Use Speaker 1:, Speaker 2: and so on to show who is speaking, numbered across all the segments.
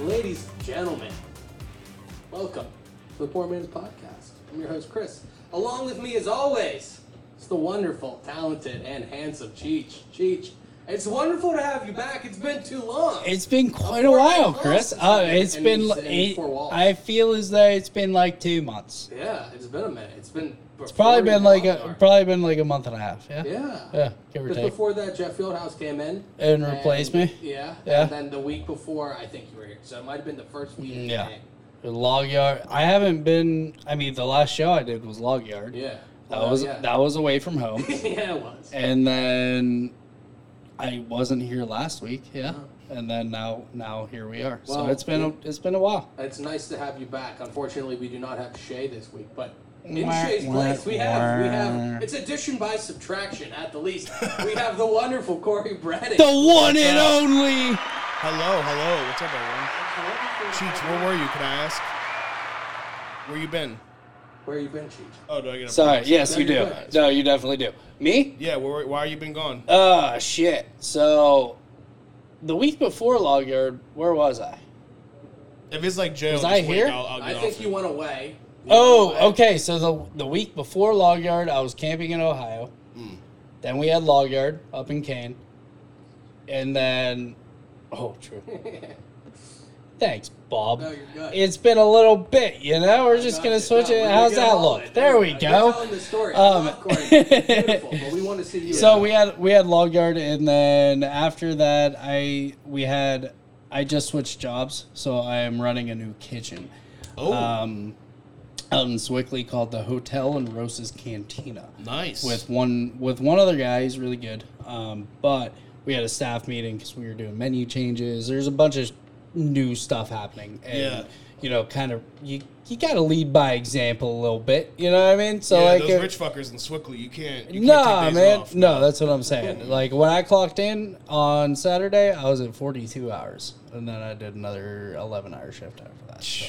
Speaker 1: Ladies, gentlemen, welcome to the Poor Man's Podcast. I'm your host, Chris. Along with me, as always, it's the wonderful, talented, and handsome Cheech. Cheech, it's wonderful to have you back. It's been too long.
Speaker 2: It's been quite a while, Chris. Uh, it's
Speaker 1: And
Speaker 2: been.
Speaker 1: he's in
Speaker 2: Eight,
Speaker 1: four walls.
Speaker 2: I feel as though it's been like two months.
Speaker 1: yeah, it's been a minute. It's been.
Speaker 2: It's probably been like a probably been like a month and a half. Yeah.
Speaker 1: yeah.
Speaker 2: Yeah, give or
Speaker 1: Just
Speaker 2: take.
Speaker 1: before that, Jeff Fieldhouse came in
Speaker 2: And replaced me?
Speaker 1: Yeah.
Speaker 2: Yeah.
Speaker 1: And then the week before, I think you were here, so it might have been the first week. you
Speaker 2: Mm, Yeah.
Speaker 1: came.
Speaker 2: The Log yard. I haven't been. I mean, the last show I did was log yard.
Speaker 1: Yeah.
Speaker 2: That
Speaker 1: Well,
Speaker 2: was
Speaker 1: yeah.
Speaker 2: that was away from home,
Speaker 1: yeah, it was.
Speaker 2: and then I wasn't here last week. Yeah. And then now now here we are.
Speaker 1: Uh-huh. Well,
Speaker 2: so it's been a, it's been a while.
Speaker 1: It's nice to have you back. Unfortunately, we do not have Shay this week, but in
Speaker 2: Wah,
Speaker 1: Shay's
Speaker 2: wah,
Speaker 1: place, we have we
Speaker 2: wah.
Speaker 1: have it's addition by subtraction at the least. we have the wonderful Corey Braddock.
Speaker 2: The one and only.
Speaker 3: Hello, hello. What's up, everyone? Cheech, where were you? Can I ask? Where you been?
Speaker 1: Where you been, Cheech?
Speaker 3: Oh, do I get a
Speaker 2: Sorry. Yes,
Speaker 1: No,
Speaker 2: you
Speaker 1: you're
Speaker 2: do.
Speaker 1: good.
Speaker 2: No, you definitely do. Me?
Speaker 3: Yeah. Where, why are you been gone?
Speaker 2: Oh shit! So the week before Log Yard, where was I?
Speaker 3: If it's like jail,
Speaker 2: Was
Speaker 3: this
Speaker 2: I
Speaker 3: week,
Speaker 2: here?
Speaker 3: I'll, I'll get
Speaker 1: I
Speaker 3: off
Speaker 1: think
Speaker 3: it.
Speaker 1: you went away. You went away.
Speaker 2: Oh, okay. So the the week before Log Yard, I was camping in Ohio.
Speaker 1: Mm.
Speaker 2: Then we had Log Yard up in Kane, and then oh, true. Thanks, Bob.
Speaker 1: No, you're good.
Speaker 2: It's been a little bit, you know. We're just
Speaker 1: Got
Speaker 2: gonna
Speaker 1: it.
Speaker 2: switch
Speaker 1: No,
Speaker 2: it.
Speaker 1: we're gonna
Speaker 2: How's
Speaker 1: get
Speaker 2: that
Speaker 1: all of
Speaker 2: look?
Speaker 1: it.
Speaker 2: There we
Speaker 1: You're
Speaker 2: go.
Speaker 1: telling the story.
Speaker 2: Um,
Speaker 1: Um, Corey. Beautiful, but we want to see you.
Speaker 2: So
Speaker 1: again.
Speaker 2: we had we had log yard, and then after that, I we had I just switched jobs, so I am running a new kitchen
Speaker 3: Oh,
Speaker 2: um, out in Swickley called the Hotel and Rosa's Cantina
Speaker 3: nice.
Speaker 2: with one with one other guy. He's really good, um, but we had a staff meeting because we were doing menu changes. There's a bunch of new stuff happening, and
Speaker 3: Yeah.
Speaker 2: you know, kind of you you got to lead by example a little bit. You know what I mean? So
Speaker 3: yeah,
Speaker 2: like uh,
Speaker 3: those
Speaker 2: if-
Speaker 3: rich fuckers in Swickley, you can't. You
Speaker 2: Nah,
Speaker 3: can't take days
Speaker 2: man.
Speaker 3: Off.
Speaker 2: No, that's what I'm saying. Like when I clocked in on Saturday, I was at 42 hours, and then I did another 11 hour shift after that. So.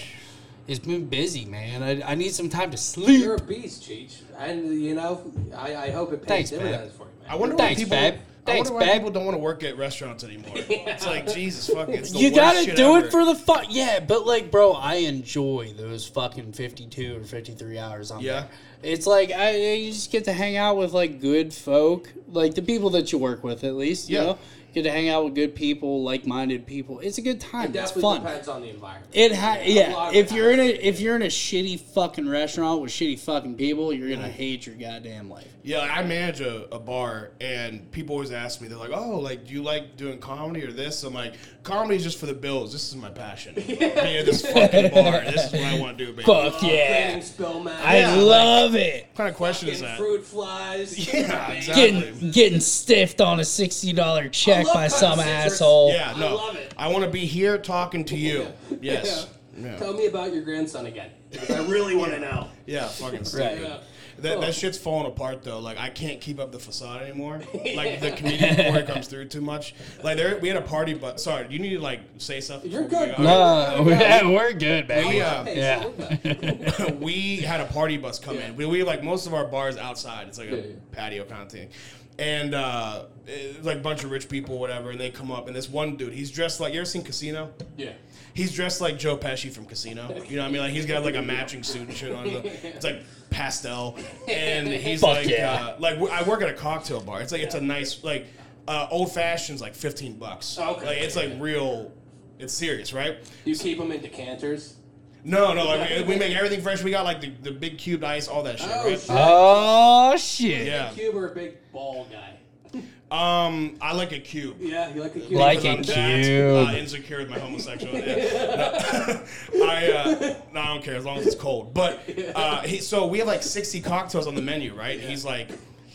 Speaker 2: It's been busy, man. I, I need some time to sleep.
Speaker 1: you're a beast, Cheech, and you know I, I hope it pays
Speaker 2: Thanks, man.
Speaker 1: dividends for you, man.
Speaker 3: I wonder
Speaker 2: Thanks,
Speaker 3: why people.
Speaker 2: babe. Thanks,
Speaker 3: I wonder why
Speaker 2: babe.
Speaker 3: people don't want to work at restaurants anymore. It's like Jesus fucking. It's the
Speaker 2: You
Speaker 3: worst
Speaker 2: gotta
Speaker 3: shit
Speaker 2: do
Speaker 3: ever.
Speaker 2: it for the fuck. Yeah, but like, bro, I enjoy those fucking 52 or 53 hours on
Speaker 3: Yeah.
Speaker 2: there. It's like I you just get to hang out with like good folk, like the people that you work with at least. You
Speaker 3: Yeah.
Speaker 2: know, get to hang out with good people, like-minded people. It's a good time.
Speaker 1: it
Speaker 2: it's
Speaker 1: definitely
Speaker 2: fun.
Speaker 1: depends on the environment.
Speaker 2: It ha- yeah.
Speaker 1: lot of
Speaker 2: If
Speaker 1: it
Speaker 2: you're in a if you're in a shitty fucking restaurant with shitty fucking people, you're gonna hate your goddamn life.
Speaker 3: Yeah, like, I manage a, a bar, and people always ask me, they're like, oh, like, do you like doing comedy or this? I'm like, comedy is just for the bills. This is my passion. Being at this fucking bar. This is what I want to do, baby.
Speaker 2: Fuck
Speaker 1: Creating
Speaker 2: yeah,
Speaker 1: spill magic.
Speaker 2: I love it.
Speaker 3: What kind of question is
Speaker 1: Fucking
Speaker 3: that?
Speaker 1: fruit flies.
Speaker 3: Yeah,
Speaker 1: Bang.
Speaker 3: exactly.
Speaker 2: Getting getting stiffed on a sixty dollar check
Speaker 1: love
Speaker 2: by some
Speaker 1: cutting scissors.
Speaker 2: asshole.
Speaker 3: Yeah,
Speaker 1: I
Speaker 3: no. I
Speaker 1: love it.
Speaker 3: want to be here talking to you. Yes.
Speaker 1: Yeah.
Speaker 3: Yeah.
Speaker 1: Tell me about your grandson again. because I really want to know.
Speaker 3: Yeah, fucking stupid.
Speaker 1: Yeah.
Speaker 3: That, that shit's falling apart though. Like I can't keep up the facade anymore. Like the comedian Corey comes through too much. Like there, we had a party, but sorry, you need to like say something.
Speaker 1: You're
Speaker 3: before we
Speaker 1: good,
Speaker 3: go?
Speaker 1: bro.
Speaker 2: Uh, we're, we're good, baby.
Speaker 3: Yeah.
Speaker 1: Oh, Okay,
Speaker 2: Yeah.
Speaker 1: So we're back.
Speaker 3: we had a party bus come in. We, we have, like most of our bars outside. It's like a
Speaker 1: Yeah, yeah.
Speaker 3: patio kind of thing. And uh, it- like a bunch of rich people, whatever, and they come up. And this one dude, he's dressed like you ever seen Casino?
Speaker 1: yeah.
Speaker 3: He's dressed like Joe Pesci from Casino. You know what I mean? Like he's got like a matching suit and shit on. It's like pastel, and he's
Speaker 2: Fuck
Speaker 3: like,
Speaker 2: yeah.
Speaker 3: uh, like w- I work at a cocktail bar. It's like it's a nice like uh, old fashioned's like fifteen bucks.
Speaker 1: Oh, Okay.
Speaker 3: Like, it's like real. It's serious, right?
Speaker 1: You keep them in decanters.
Speaker 3: No, no, like we, we make everything fresh. We got like the, the big cubed ice, all that shit.
Speaker 1: Oh,
Speaker 3: right?
Speaker 1: shit.
Speaker 2: Oh shit.
Speaker 3: Yeah.
Speaker 1: Cube or a big ball guy.
Speaker 3: Um, I like a cube.
Speaker 1: Yeah, you like a cube.
Speaker 2: Like
Speaker 3: Because
Speaker 2: a
Speaker 3: I'm that,
Speaker 2: cube.
Speaker 3: Uh, insecure with my homosexuality. No, I, uh, no, I don't care as long as it's cold. But uh, he, so we have like 60 cocktails on the menu, right? And he's like,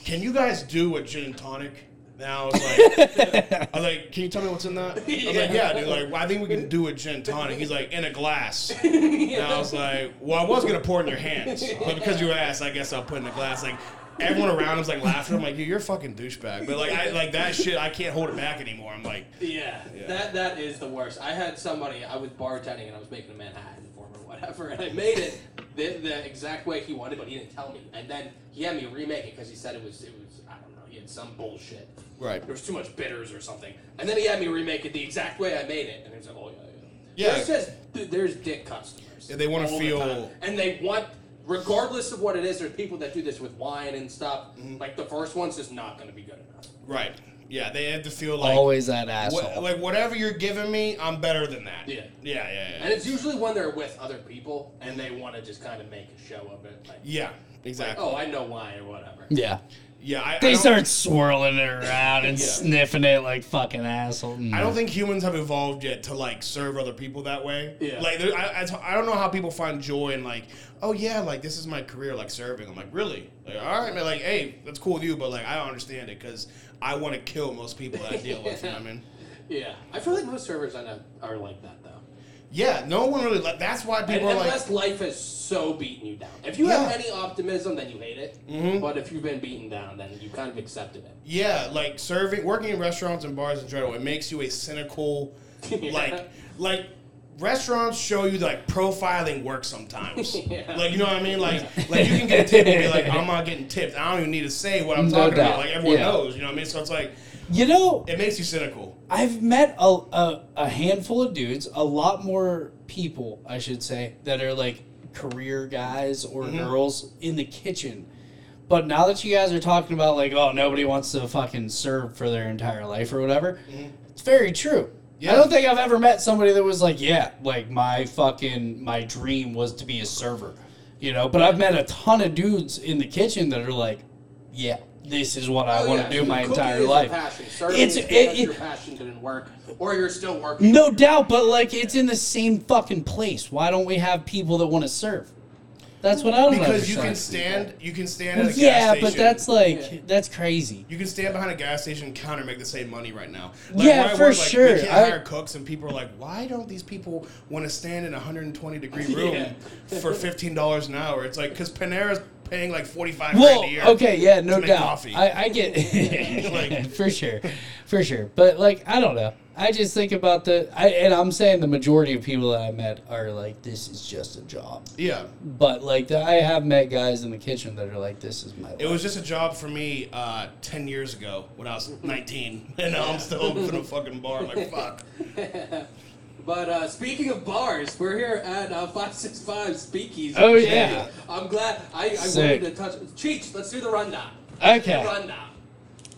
Speaker 3: "Can you guys do a gin and tonic?" Now I was like, I was like, can you tell me what's in that? I was like, yeah, dude. Like, well, I think we can do a gin tonic. He's like, in a glass. And I was like, well, I was gonna pour it in your hands, but because you asked, I guess I'll put it in a glass. Like, everyone around was like laughing. I'm like, you, you're a fucking douchebag. But like, I like that shit. I can't hold it back anymore. I'm like,
Speaker 1: Yeah, that that is the worst. I had somebody I was bartending and I was making a Manhattan for him or whatever, and I made it the, the exact way he wanted, but he didn't tell me. And then he had me remake it because he said it was it was I don't know he had some bullshit.
Speaker 3: Right.
Speaker 1: There was too much bitters or something. And then he had me remake it the exact way I made it, and he was like, oh yeah, yeah.
Speaker 3: Yeah.
Speaker 1: There's just dude, there's dick customers.
Speaker 3: Yeah, they wanna
Speaker 1: all the
Speaker 3: feel-
Speaker 1: time. and they want. Regardless of what it is, there's people that do this with wine and stuff.
Speaker 3: Mm-hmm.
Speaker 1: Like the first one's just not going to be good enough.
Speaker 3: right? Yeah, they have to feel like
Speaker 2: Always that asshole.
Speaker 3: What, like whatever you're giving me, I'm better than that.
Speaker 1: Yeah.
Speaker 3: Yeah, yeah, yeah.
Speaker 1: And it's usually when they're with other people and they want to just kind of make a show of it. Like,
Speaker 3: yeah, exactly.
Speaker 1: oh, I know why or whatever.
Speaker 2: yeah.
Speaker 3: yeah, I, I
Speaker 2: They
Speaker 3: don't-
Speaker 2: start swirling it around and sniffing it like fucking asshole.
Speaker 3: I don't think humans have evolved yet to like serve other people that way.
Speaker 1: Yeah.
Speaker 3: Like there- I, I, I don't know how people find joy in like, oh yeah, like this is my career, like serving. I'm like, really? Like, all right, man. Like, hey, that's cool with you, but like, I don't understand it because I want to kill most people that I deal with. You know what I mean?
Speaker 1: Yeah. I feel like most servers I know are like that, though.
Speaker 3: Yeah. No one really. Like, that's why
Speaker 1: And,
Speaker 3: people are like.
Speaker 1: unless life has so beaten you down. If you have
Speaker 3: Yeah.
Speaker 1: any optimism, then you hate it.
Speaker 2: Mm-hmm.
Speaker 1: But if you've been beaten down, then you kind of accepted it.
Speaker 3: Yeah, like serving, working in restaurants and bars in general, it makes you a cynical,
Speaker 1: Yeah.
Speaker 3: like, like restaurants show you like profiling work sometimes.
Speaker 1: Yeah.
Speaker 3: Like you know what I mean? Like, like you can get tipped and be like, I'm not getting tipped. I don't even need to say what I'm
Speaker 2: No
Speaker 3: talking
Speaker 2: doubt.
Speaker 3: about. Like everyone
Speaker 2: Yeah.
Speaker 3: knows. You know what I mean? So it's like
Speaker 2: You know,
Speaker 3: it makes you cynical.
Speaker 2: I've met a, a, a handful of dudes, a lot more people, I should say, that are like career guys or
Speaker 1: Mm-hmm.
Speaker 2: girls in the kitchen. But now that you guys are talking about like, oh, nobody wants to fucking serve for their entire life or whatever,
Speaker 1: Mm-hmm.
Speaker 2: it's very true. I
Speaker 3: Yeah.
Speaker 2: don't think I've ever met somebody that was like, yeah, like my fucking my dream was to be a server, you know. But I've met a ton of dudes in the kitchen that are like, yeah, this is what I
Speaker 1: Oh,
Speaker 2: want
Speaker 1: yeah,
Speaker 2: to do my
Speaker 1: cooking
Speaker 2: entire
Speaker 1: is a
Speaker 2: life.
Speaker 1: Passion. Serving
Speaker 2: It's-
Speaker 1: is
Speaker 2: it-
Speaker 1: because
Speaker 2: it-
Speaker 1: your passion didn't work, or you're still working.
Speaker 2: No doubt, but like it's in the same fucking place. Why don't we have people that want to serve? That's what I don't
Speaker 3: Because you
Speaker 2: understand.
Speaker 3: can stand, you can stand at a gas
Speaker 2: yeah,
Speaker 3: station.
Speaker 2: but that's like
Speaker 1: Yeah.
Speaker 2: that's crazy.
Speaker 3: You can stand behind a gas station counter and make the same money right now.
Speaker 2: Yeah,
Speaker 3: where I
Speaker 2: for
Speaker 3: work, like,
Speaker 2: sure.
Speaker 3: We can't
Speaker 2: I-
Speaker 3: hire cooks, and people are like, "Why don't these people want to stand in a 120 degree room for 15 dollars an hour?" It's like because Panera's paying like 45
Speaker 2: Well,
Speaker 3: grand a year.
Speaker 2: okay, yeah, no
Speaker 3: to make
Speaker 2: doubt.
Speaker 3: coffee.
Speaker 2: I, I get
Speaker 3: Like-
Speaker 2: for sure, for sure. But like, I don't know. I just think about the, I, and I'm saying the majority of people that I met are like, this is just a job.
Speaker 3: Yeah,
Speaker 2: But like, the, I have met guys in the kitchen that are like, this is my. Life.
Speaker 3: it was just a job for me uh, 10 years ago when I was 19, and now I'm still open a fucking bar. Like fuck.
Speaker 1: But uh, speaking of bars, we're here at uh, 565 Speakeasy.
Speaker 2: Oh, yeah.
Speaker 1: I'm glad. I, I
Speaker 2: Sick.
Speaker 1: wanted to touch. Cheech, let's do the rundown.
Speaker 2: Okay.
Speaker 1: The rundown.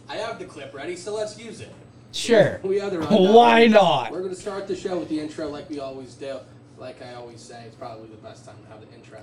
Speaker 1: I have the clip ready, so let's use it.
Speaker 2: sure.
Speaker 1: We have the rundown.
Speaker 2: Why not?
Speaker 1: We're going to start the show with the intro like we always do. Like I always say, it's probably the best time to have the intro.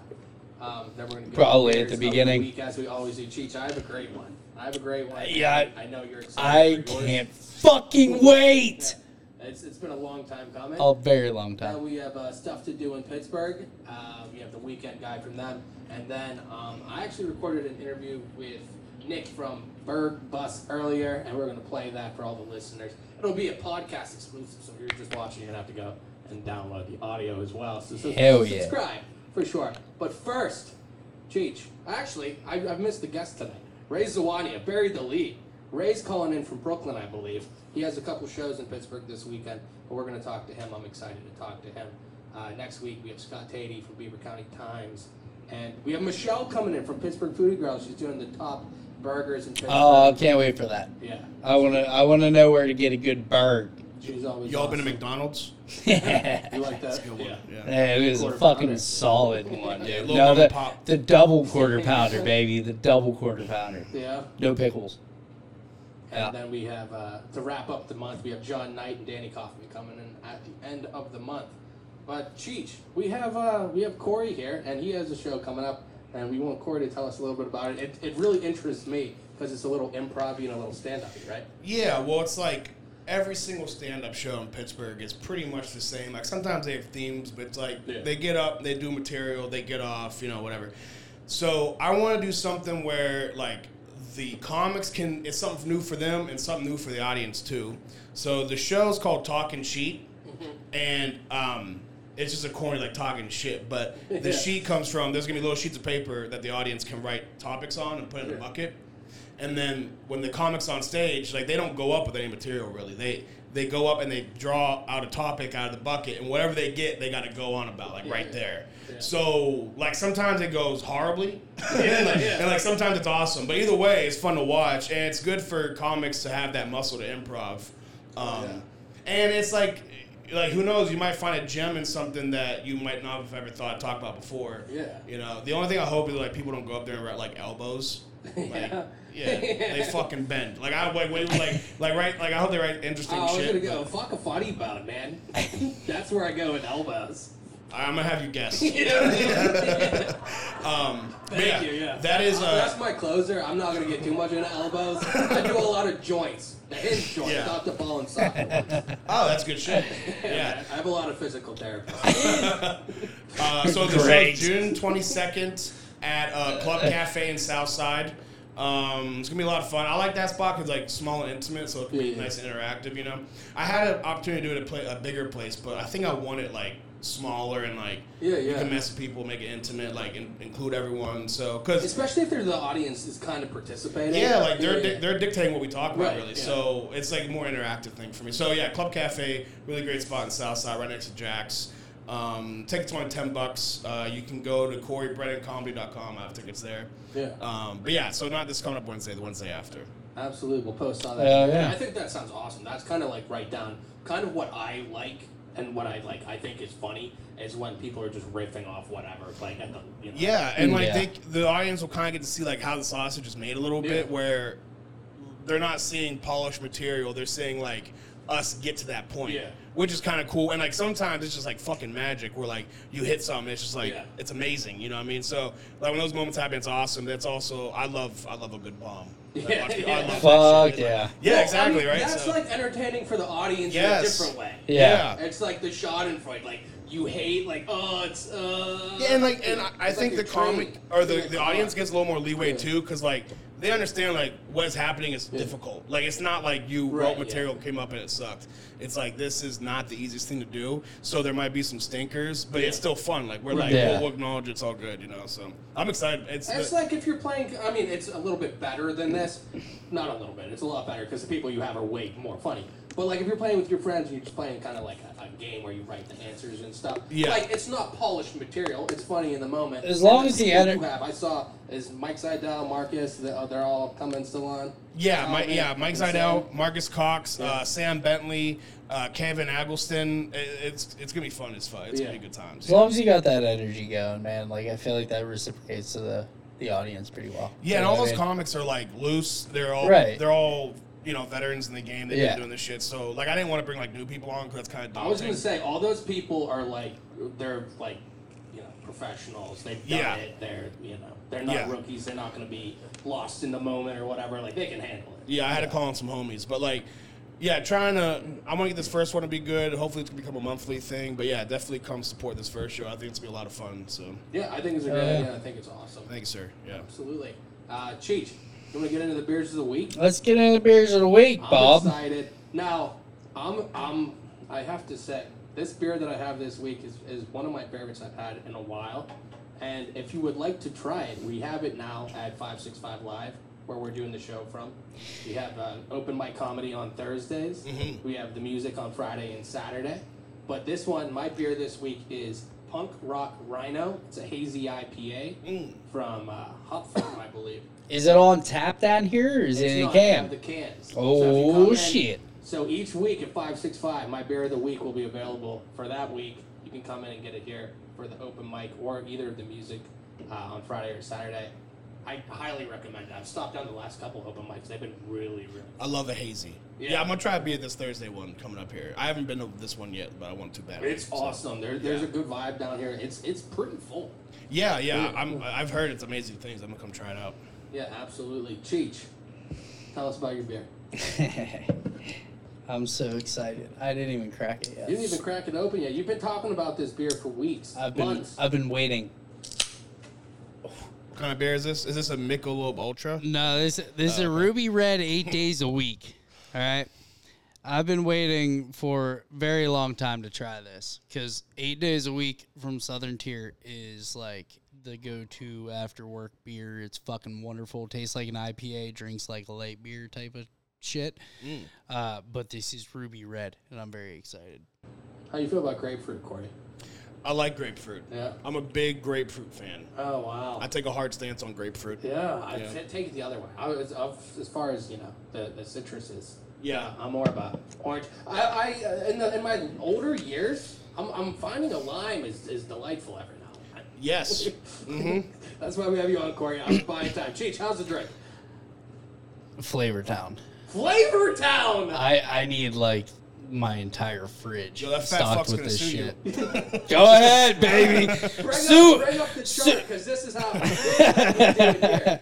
Speaker 1: Um, then we're going to go
Speaker 2: Probably
Speaker 1: to
Speaker 2: at the
Speaker 1: beers of
Speaker 2: beginning.
Speaker 1: week as we always do. Cheech, I have a great one. I have a great one.
Speaker 2: Yeah, I-
Speaker 1: I, know you're excited.
Speaker 2: I
Speaker 1: for yours.
Speaker 2: can't fucking wait.
Speaker 1: It's, it's been a long time coming.
Speaker 2: A very long
Speaker 1: Now
Speaker 2: time.
Speaker 1: we have uh, stuff to do in Pittsburgh. Uh, we have the weekend guy from them, and then um, I actually recorded an interview with Nick from Berg Bus earlier, and we're going to play that for all the listeners. It'll be a podcast exclusive, so if you're just watching, you're going to have to go and download the audio as well. So, so
Speaker 2: Hell yeah.
Speaker 1: subscribe for sure. But first, Cheech, actually, I, I've missed the guest tonight. Ray Zawania buried the lead. Ray's calling in from Brooklyn, I believe. He has a couple shows in Pittsburgh this weekend, but we're going to talk to him. I'm excited to talk to him. Uh, next week, we have Scott Tatey from Beaver County Times. And we have Michelle coming in from Pittsburgh Foodie Girl. She's doing the top burgers in Pittsburgh.
Speaker 3: Uh,
Speaker 2: Oh, I can't wait for that.
Speaker 1: yeah.
Speaker 2: I wanna, I wanna know where to get a good bird.
Speaker 1: She's always
Speaker 3: Y'all been to
Speaker 1: awesome.
Speaker 3: McDonald's?
Speaker 1: You like that? Yeah.
Speaker 3: Yeah.
Speaker 2: It is a
Speaker 1: Quarter
Speaker 2: fucking
Speaker 1: pounder.
Speaker 2: solid one,
Speaker 3: Yeah,
Speaker 2: dude.
Speaker 3: little
Speaker 2: No,
Speaker 3: mom
Speaker 2: the,
Speaker 3: and pop.
Speaker 2: the double quarter pounder, baby. The double quarter pounder.
Speaker 1: Yeah.
Speaker 2: No pickles.
Speaker 1: And
Speaker 2: Yeah.
Speaker 1: then we have, uh, to wrap up the month, we have John Knight and Danny Kaufman coming in at the end of the month. But Cheech, we have uh, we have Corey here, and he has a show coming up, and we want Corey to tell us a little bit about it. It, it really interests me because it's a little improv and a little stand up, right?
Speaker 3: Yeah, well, it's like every single stand-up show in Pittsburgh is pretty much the same. Like sometimes they have themes, but it's like
Speaker 1: Yeah.
Speaker 3: they get up, they do material, they get off, you know, whatever. So I want to do something where like the comics can it's something new for them and something new for the audience too. So the show's called Talking Sheet, and um, it's just a corny like talking shit. But the sheet comes from there's gonna be little sheets of paper that the audience can write topics on and put in a bucket. And then when the comics on stage, like they don't go up with any material really. They they go up and they draw out a topic out of the bucket, and whatever they get, they got to go on about like right there. So like sometimes it goes horribly, and, like, and, like, sometimes it's awesome. But either way, it's fun to watch, and it's good for comics to have that muscle to improv. Um, And it's like, like who knows? You might find a gem in something that you might not have ever thought talked about before.
Speaker 1: Yeah.
Speaker 3: You know, the only thing I hope is like people don't go up there and write like elbows. Like, yeah. they fucking bend. Like I like wait, like like right like I hope they write interesting
Speaker 1: Oh, I was
Speaker 3: shit.
Speaker 1: gonna go fuck a funny about it, man. That's where I go with elbows.
Speaker 3: but I'm gonna have you guess. Um, but
Speaker 1: Thank you, yeah.
Speaker 3: That is
Speaker 1: That's
Speaker 3: uh,
Speaker 1: my closer. I'm not gonna get too much into elbows. I do a lot of joints, the hinge joint,
Speaker 3: Yeah.
Speaker 1: top to bottom side.
Speaker 3: oh, that's good shit. Yeah.
Speaker 1: I have a lot of physical therapists.
Speaker 3: Uh, so the
Speaker 2: Great.
Speaker 3: show's June 22nd at uh, Club Cafe in Southside. Um, it's gonna be a lot of fun. I like that spot because like small and intimate, so it can be
Speaker 1: Yeah.
Speaker 3: nice and interactive. You know, I had an opportunity to do it at pla a bigger place, but I think I want it like smaller and like
Speaker 1: Yeah,
Speaker 3: you
Speaker 1: yeah.
Speaker 3: can mess with people, make it intimate, like in- include everyone. So because
Speaker 1: Especially if there's the audience is kind of participating.
Speaker 3: Yeah, like they're
Speaker 1: Yeah.
Speaker 3: Di- they're dictating what we talk about
Speaker 1: Right,
Speaker 3: really.
Speaker 1: yeah.
Speaker 3: So it's like a more interactive thing for me. So yeah, Club Cafe, really great spot in Southside, right next to Jack's. Um, tickets are only ten bucks. Uh, you can go to CoreyBrennanComedy.com. I have tickets there.
Speaker 1: Yeah.
Speaker 3: Um, but yeah, so not this coming up Wednesday, the Wednesday after.
Speaker 1: Absolutely, we'll post on that.
Speaker 2: Hell yeah.
Speaker 1: I think that sounds awesome. That's kind of like right down, kind of what I like and what I like. I think is funny is when people are just riffing off whatever, like at the you know.
Speaker 3: Yeah, and like
Speaker 2: Yeah.
Speaker 3: They, the audience will kind of get to see like how the sausage is made a little bit,
Speaker 1: Yeah.
Speaker 3: where they're not seeing polished material; they're seeing like us get to that point,
Speaker 1: Yeah.
Speaker 3: which is kind of cool. And like sometimes it's just like fucking magic, where like you hit something, it's just like
Speaker 1: Yeah.
Speaker 3: it's amazing. You know what I mean? So like when those moments happen, it's awesome. That's also I love I love a good bomb. Like,
Speaker 1: Yeah,
Speaker 3: watch-
Speaker 1: yeah.
Speaker 3: I love
Speaker 2: Fuck
Speaker 3: that shit. It's like-
Speaker 2: yeah.
Speaker 3: yeah,
Speaker 1: Well, I
Speaker 3: exactly
Speaker 1: mean,
Speaker 3: right.
Speaker 1: That's
Speaker 3: So-
Speaker 1: like entertaining for the audience in a
Speaker 3: Yes.
Speaker 1: different way.
Speaker 2: Yeah.
Speaker 3: yeah.
Speaker 1: It's like the Schadenfreude, like you hate, like oh, it's uh.
Speaker 3: Yeah, and like, and I, I
Speaker 1: it's
Speaker 3: think
Speaker 1: like
Speaker 3: the
Speaker 1: a
Speaker 3: comic
Speaker 1: train.
Speaker 3: or the,
Speaker 1: It's like
Speaker 3: the
Speaker 1: a
Speaker 3: audience
Speaker 1: car.
Speaker 3: gets a little more leeway
Speaker 1: Yeah.
Speaker 3: too, because like they understand like what's happening is difficult. Like it's not like you
Speaker 1: Right,
Speaker 3: wrote material came up and it sucked. It's like this is not the easiest thing to do, so there might be some stinkers, but it's still fun. Like we're like
Speaker 2: Yeah.
Speaker 3: we'll, we'll acknowledge it's all good, you know. So I'm excited. It's,
Speaker 1: It's
Speaker 3: the-
Speaker 1: like if you're playing. I mean, it's a little bit better than this. Not a little bit. It's a lot better because the people you have are way more funny. But like if you're playing with your friends and you're just playing kind of like a, a game where you write the answers and stuff.
Speaker 3: Yeah.
Speaker 1: Like it's not polished material. It's funny in the moment.
Speaker 2: As long
Speaker 1: And
Speaker 2: as the
Speaker 1: people
Speaker 2: ener-
Speaker 1: you have. I saw is Mike Seidel, Marcus. The, oh, they're all coming still on.
Speaker 3: yeah,
Speaker 1: Oh,
Speaker 3: my,
Speaker 1: man.
Speaker 3: yeah, Mike
Speaker 1: Insane.
Speaker 3: Zidell, Marcus Cox, uh, Sam Bentley, uh, Kevin Aggleston. It, it's it's gonna be fun as fuck. It's
Speaker 1: Yeah.
Speaker 3: gonna be good times.
Speaker 2: As long as you got that energy going, man, like I feel like that reciprocates to the, the audience pretty well.
Speaker 3: Yeah,
Speaker 2: You
Speaker 3: and
Speaker 2: know
Speaker 3: all
Speaker 2: what I
Speaker 3: those
Speaker 2: mean?
Speaker 3: comics are like loose. They're all
Speaker 2: Right.
Speaker 3: they're all you know veterans in the game. They've
Speaker 2: Yeah.
Speaker 3: been doing this shit. So like, I didn't want to bring like new people on because that's kind of
Speaker 1: I
Speaker 3: daunting.
Speaker 1: was gonna say all those people are like they're like you know professionals. They've done
Speaker 3: Yeah.
Speaker 1: it. They're you know they're not
Speaker 3: Yeah.
Speaker 1: rookies. They're not gonna be lost in the moment or whatever. Like they can handle it.
Speaker 3: Yeah, I had to call on some homies, but like, yeah, trying to. I want to get this first one to be good. Hopefully, it's gonna become a monthly thing. But yeah, definitely come support this first show. I think it's gonna be a lot of fun. So
Speaker 1: Yeah, I think it's a great idea. I think it's awesome.
Speaker 3: thank you, sir. Yeah.
Speaker 1: Absolutely. Uh, Cheech, you want to get into the beers of the week?
Speaker 2: Let's get into the beers of the week,
Speaker 1: I'm
Speaker 2: Bob.
Speaker 1: excited. Now, I'm, I'm, I have to say, this beer that I have this week is, is one of my favorites I've had in a while. And if you would like to try it, we have it now at 565 Live, where we're doing the show from. We have uh, open mic comedy on Thursdays. We have the music on Friday and Saturday. But this one, my beer this week is Punk Rock Rhino. It's a hazy IPA from uh, Hopford, I believe.
Speaker 2: Is it on tap down here or is
Speaker 1: It's
Speaker 2: it in a
Speaker 1: not,
Speaker 2: can?
Speaker 1: they have The cans. if you
Speaker 2: Oh,
Speaker 1: come in-
Speaker 2: shit.
Speaker 1: So each week at five six five, my beer of the week will be available for that week. You can come in and get it here for the open mic or either of the music uh, on Friday or Saturday. I highly recommend it. I've stopped down the last couple open mics. They've been really, really.
Speaker 3: I love the hazy. Yeah.
Speaker 1: Yeah.
Speaker 3: I'm gonna try to be at this Thursday one coming up here. I haven't been to this one yet, but I want to bad.
Speaker 1: It's
Speaker 3: So-
Speaker 1: awesome. There, there's
Speaker 3: yeah.
Speaker 1: a good vibe down here. It's it's pretty full.
Speaker 3: Yeah, yeah.
Speaker 1: Yeah.
Speaker 3: I'm. I've heard it's amazing things. I'm gonna come try it out.
Speaker 1: Yeah, absolutely. Cheech, tell us about your beer.
Speaker 2: I'm so excited. I didn't even crack it yet.
Speaker 1: You didn't even crack it open yet. You've been talking about this beer for weeks,
Speaker 2: I've been
Speaker 1: months.
Speaker 2: I've been waiting.
Speaker 3: kind of beer is this? Is this a Michelob Ultra?
Speaker 2: No, this this
Speaker 1: Oh,
Speaker 2: is a ruby red eight days a week. All right, I've been waiting for a very long time to try this because eight days a week from Southern Tier is like the go-to after work beer. It's fucking wonderful. Tastes like an IPA. Drinks like a light beer type of shit. Uh, but this is ruby red, and I'm very excited.
Speaker 1: How you feel about grapefruit, Cordy?
Speaker 3: I like grapefruit.
Speaker 1: Yeah.
Speaker 3: I'm a big grapefruit fan.
Speaker 1: Oh wow.
Speaker 3: I take a hard stance on grapefruit.
Speaker 1: yeah, I
Speaker 3: Yeah.
Speaker 1: t- take it the other way. I was, of- as far as you know, the, the citruses.
Speaker 3: Yeah.
Speaker 1: I'm more about orange. I, I uh, in, the, in my older years, I'm, I'm finding a lime is, is delightful every now and then.
Speaker 3: Yes.
Speaker 1: That's why we have you on, Corey. I'm buying time. Cheech, how's the drink?
Speaker 2: Flavor Town.
Speaker 1: Flavor Town.
Speaker 2: I I need like my entire fridge
Speaker 3: Yo, that fat
Speaker 2: stocked
Speaker 3: fuck's
Speaker 2: with
Speaker 3: gonna
Speaker 2: this
Speaker 3: sue you.
Speaker 2: shit. Go ahead, baby.
Speaker 1: Bring,
Speaker 2: Sue,
Speaker 1: up, bring up the chart because this is how. this is how we do it here.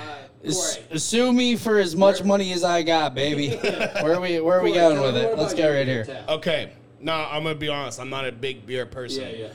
Speaker 1: Uh,
Speaker 2: s-
Speaker 1: Corey,
Speaker 2: sue me for as much money as I got, baby. Where are we? Where are we
Speaker 1: Corey,
Speaker 2: going
Speaker 1: tell
Speaker 2: with
Speaker 1: me more
Speaker 2: it? Let's
Speaker 1: about
Speaker 2: go
Speaker 1: your
Speaker 2: right
Speaker 1: beer
Speaker 2: here.
Speaker 1: tap.
Speaker 3: Okay. No, I'm gonna be honest. I'm not a big beer person.
Speaker 1: Yeah, yeah.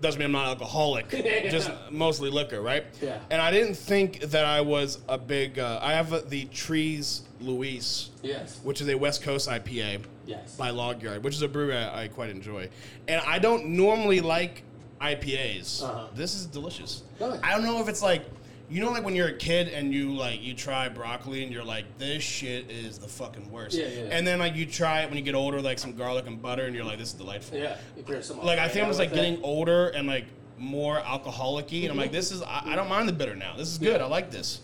Speaker 3: Doesn't mean I'm not alcoholic. Just mostly liquor, right?
Speaker 1: Yeah.
Speaker 3: And I didn't think that I was a big. Uh, I have uh, the Trees Luis,
Speaker 1: Yes.
Speaker 3: which is a West Coast IPA
Speaker 1: Yes.
Speaker 3: by Log Yard, which is a brewery I, I quite enjoy. And I don't normally like IPAs.
Speaker 1: Uh-huh.
Speaker 3: This is delicious.
Speaker 1: Really?
Speaker 3: I don't know if it's like. You know, like when you're a kid and you like you try broccoli and you're like, this shit is the fucking worst.
Speaker 1: Yeah, yeah, yeah.
Speaker 3: And then like you try it when you get older, like some garlic and butter, and you're like, this is delightful
Speaker 1: Yeah. If there's some
Speaker 3: like I think
Speaker 1: Alfredo
Speaker 3: I'm just like
Speaker 1: with it.
Speaker 3: getting older and like more alcoholic-y, and I'm like, this is I, I don't mind the bitter now. This is good. I like this.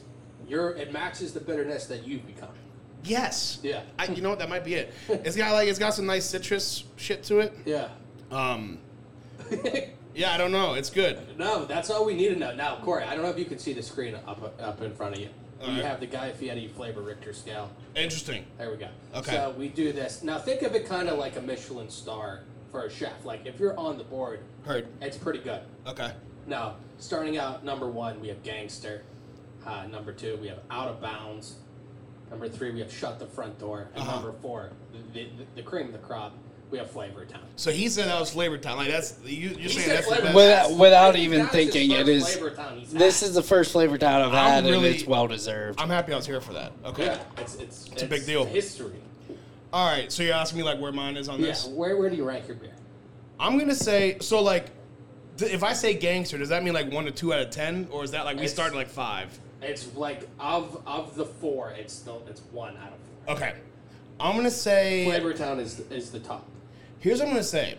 Speaker 1: You're, it matches the bitterness that you've become.
Speaker 3: Yes.
Speaker 1: Yeah.
Speaker 3: I, you know what? That might be it. It's got like it's got some nice citrus shit to it.
Speaker 1: Yeah.
Speaker 3: Um. Yeah, I don't know. It's good.
Speaker 1: No, that's all we need to know. Now, Corey, I don't know if you can see the screen up up in front of you.
Speaker 3: All
Speaker 1: you
Speaker 3: right.
Speaker 1: have the Guy Fieri flavor Richter scale.
Speaker 3: Interesting.
Speaker 1: There we go.
Speaker 3: Okay.
Speaker 1: So we do this. Now think of it kind of like a Michelin star for a chef. Like if you're on the board,
Speaker 3: Heard.
Speaker 1: it's pretty good.
Speaker 3: Okay.
Speaker 1: Now, starting out number one, we have Gangster. Uh, number two, we have Out of Bounds. Number three, we have Shut the Front Door. And
Speaker 3: Uh-huh.
Speaker 1: number four, the, the, the cream of the crop, we have Flavor Town.
Speaker 3: So he said that was flavor time. Like that's you, you're saying
Speaker 1: said
Speaker 3: that's
Speaker 1: Flavor
Speaker 3: the
Speaker 2: Well, Without-
Speaker 3: best.
Speaker 1: Town.
Speaker 2: without
Speaker 1: That's
Speaker 2: even
Speaker 1: his
Speaker 2: thinking,
Speaker 1: first
Speaker 2: it is-
Speaker 1: Flavor Town he's
Speaker 2: This
Speaker 1: had.
Speaker 2: is the first flavor town I've had, and
Speaker 3: really-
Speaker 2: it's well deserved.
Speaker 3: I'm happy I was here for that. Okay.
Speaker 1: Yeah, it's, it's,
Speaker 3: a big deal.
Speaker 1: History.
Speaker 3: All right. So you're asking me like where mine is on
Speaker 1: Yeah,
Speaker 3: this?
Speaker 1: where, where do you rank your beer?
Speaker 3: I'm gonna say so. Like, th- if I say gangster, does that mean like one to two out of ten, or is that like we
Speaker 1: It's-
Speaker 3: started like five?
Speaker 1: It's like of of the four, it's still it's one out of four.
Speaker 3: Okay, I'm gonna say.
Speaker 1: Flavor Town is is the top.
Speaker 3: Here's what I'm gonna say.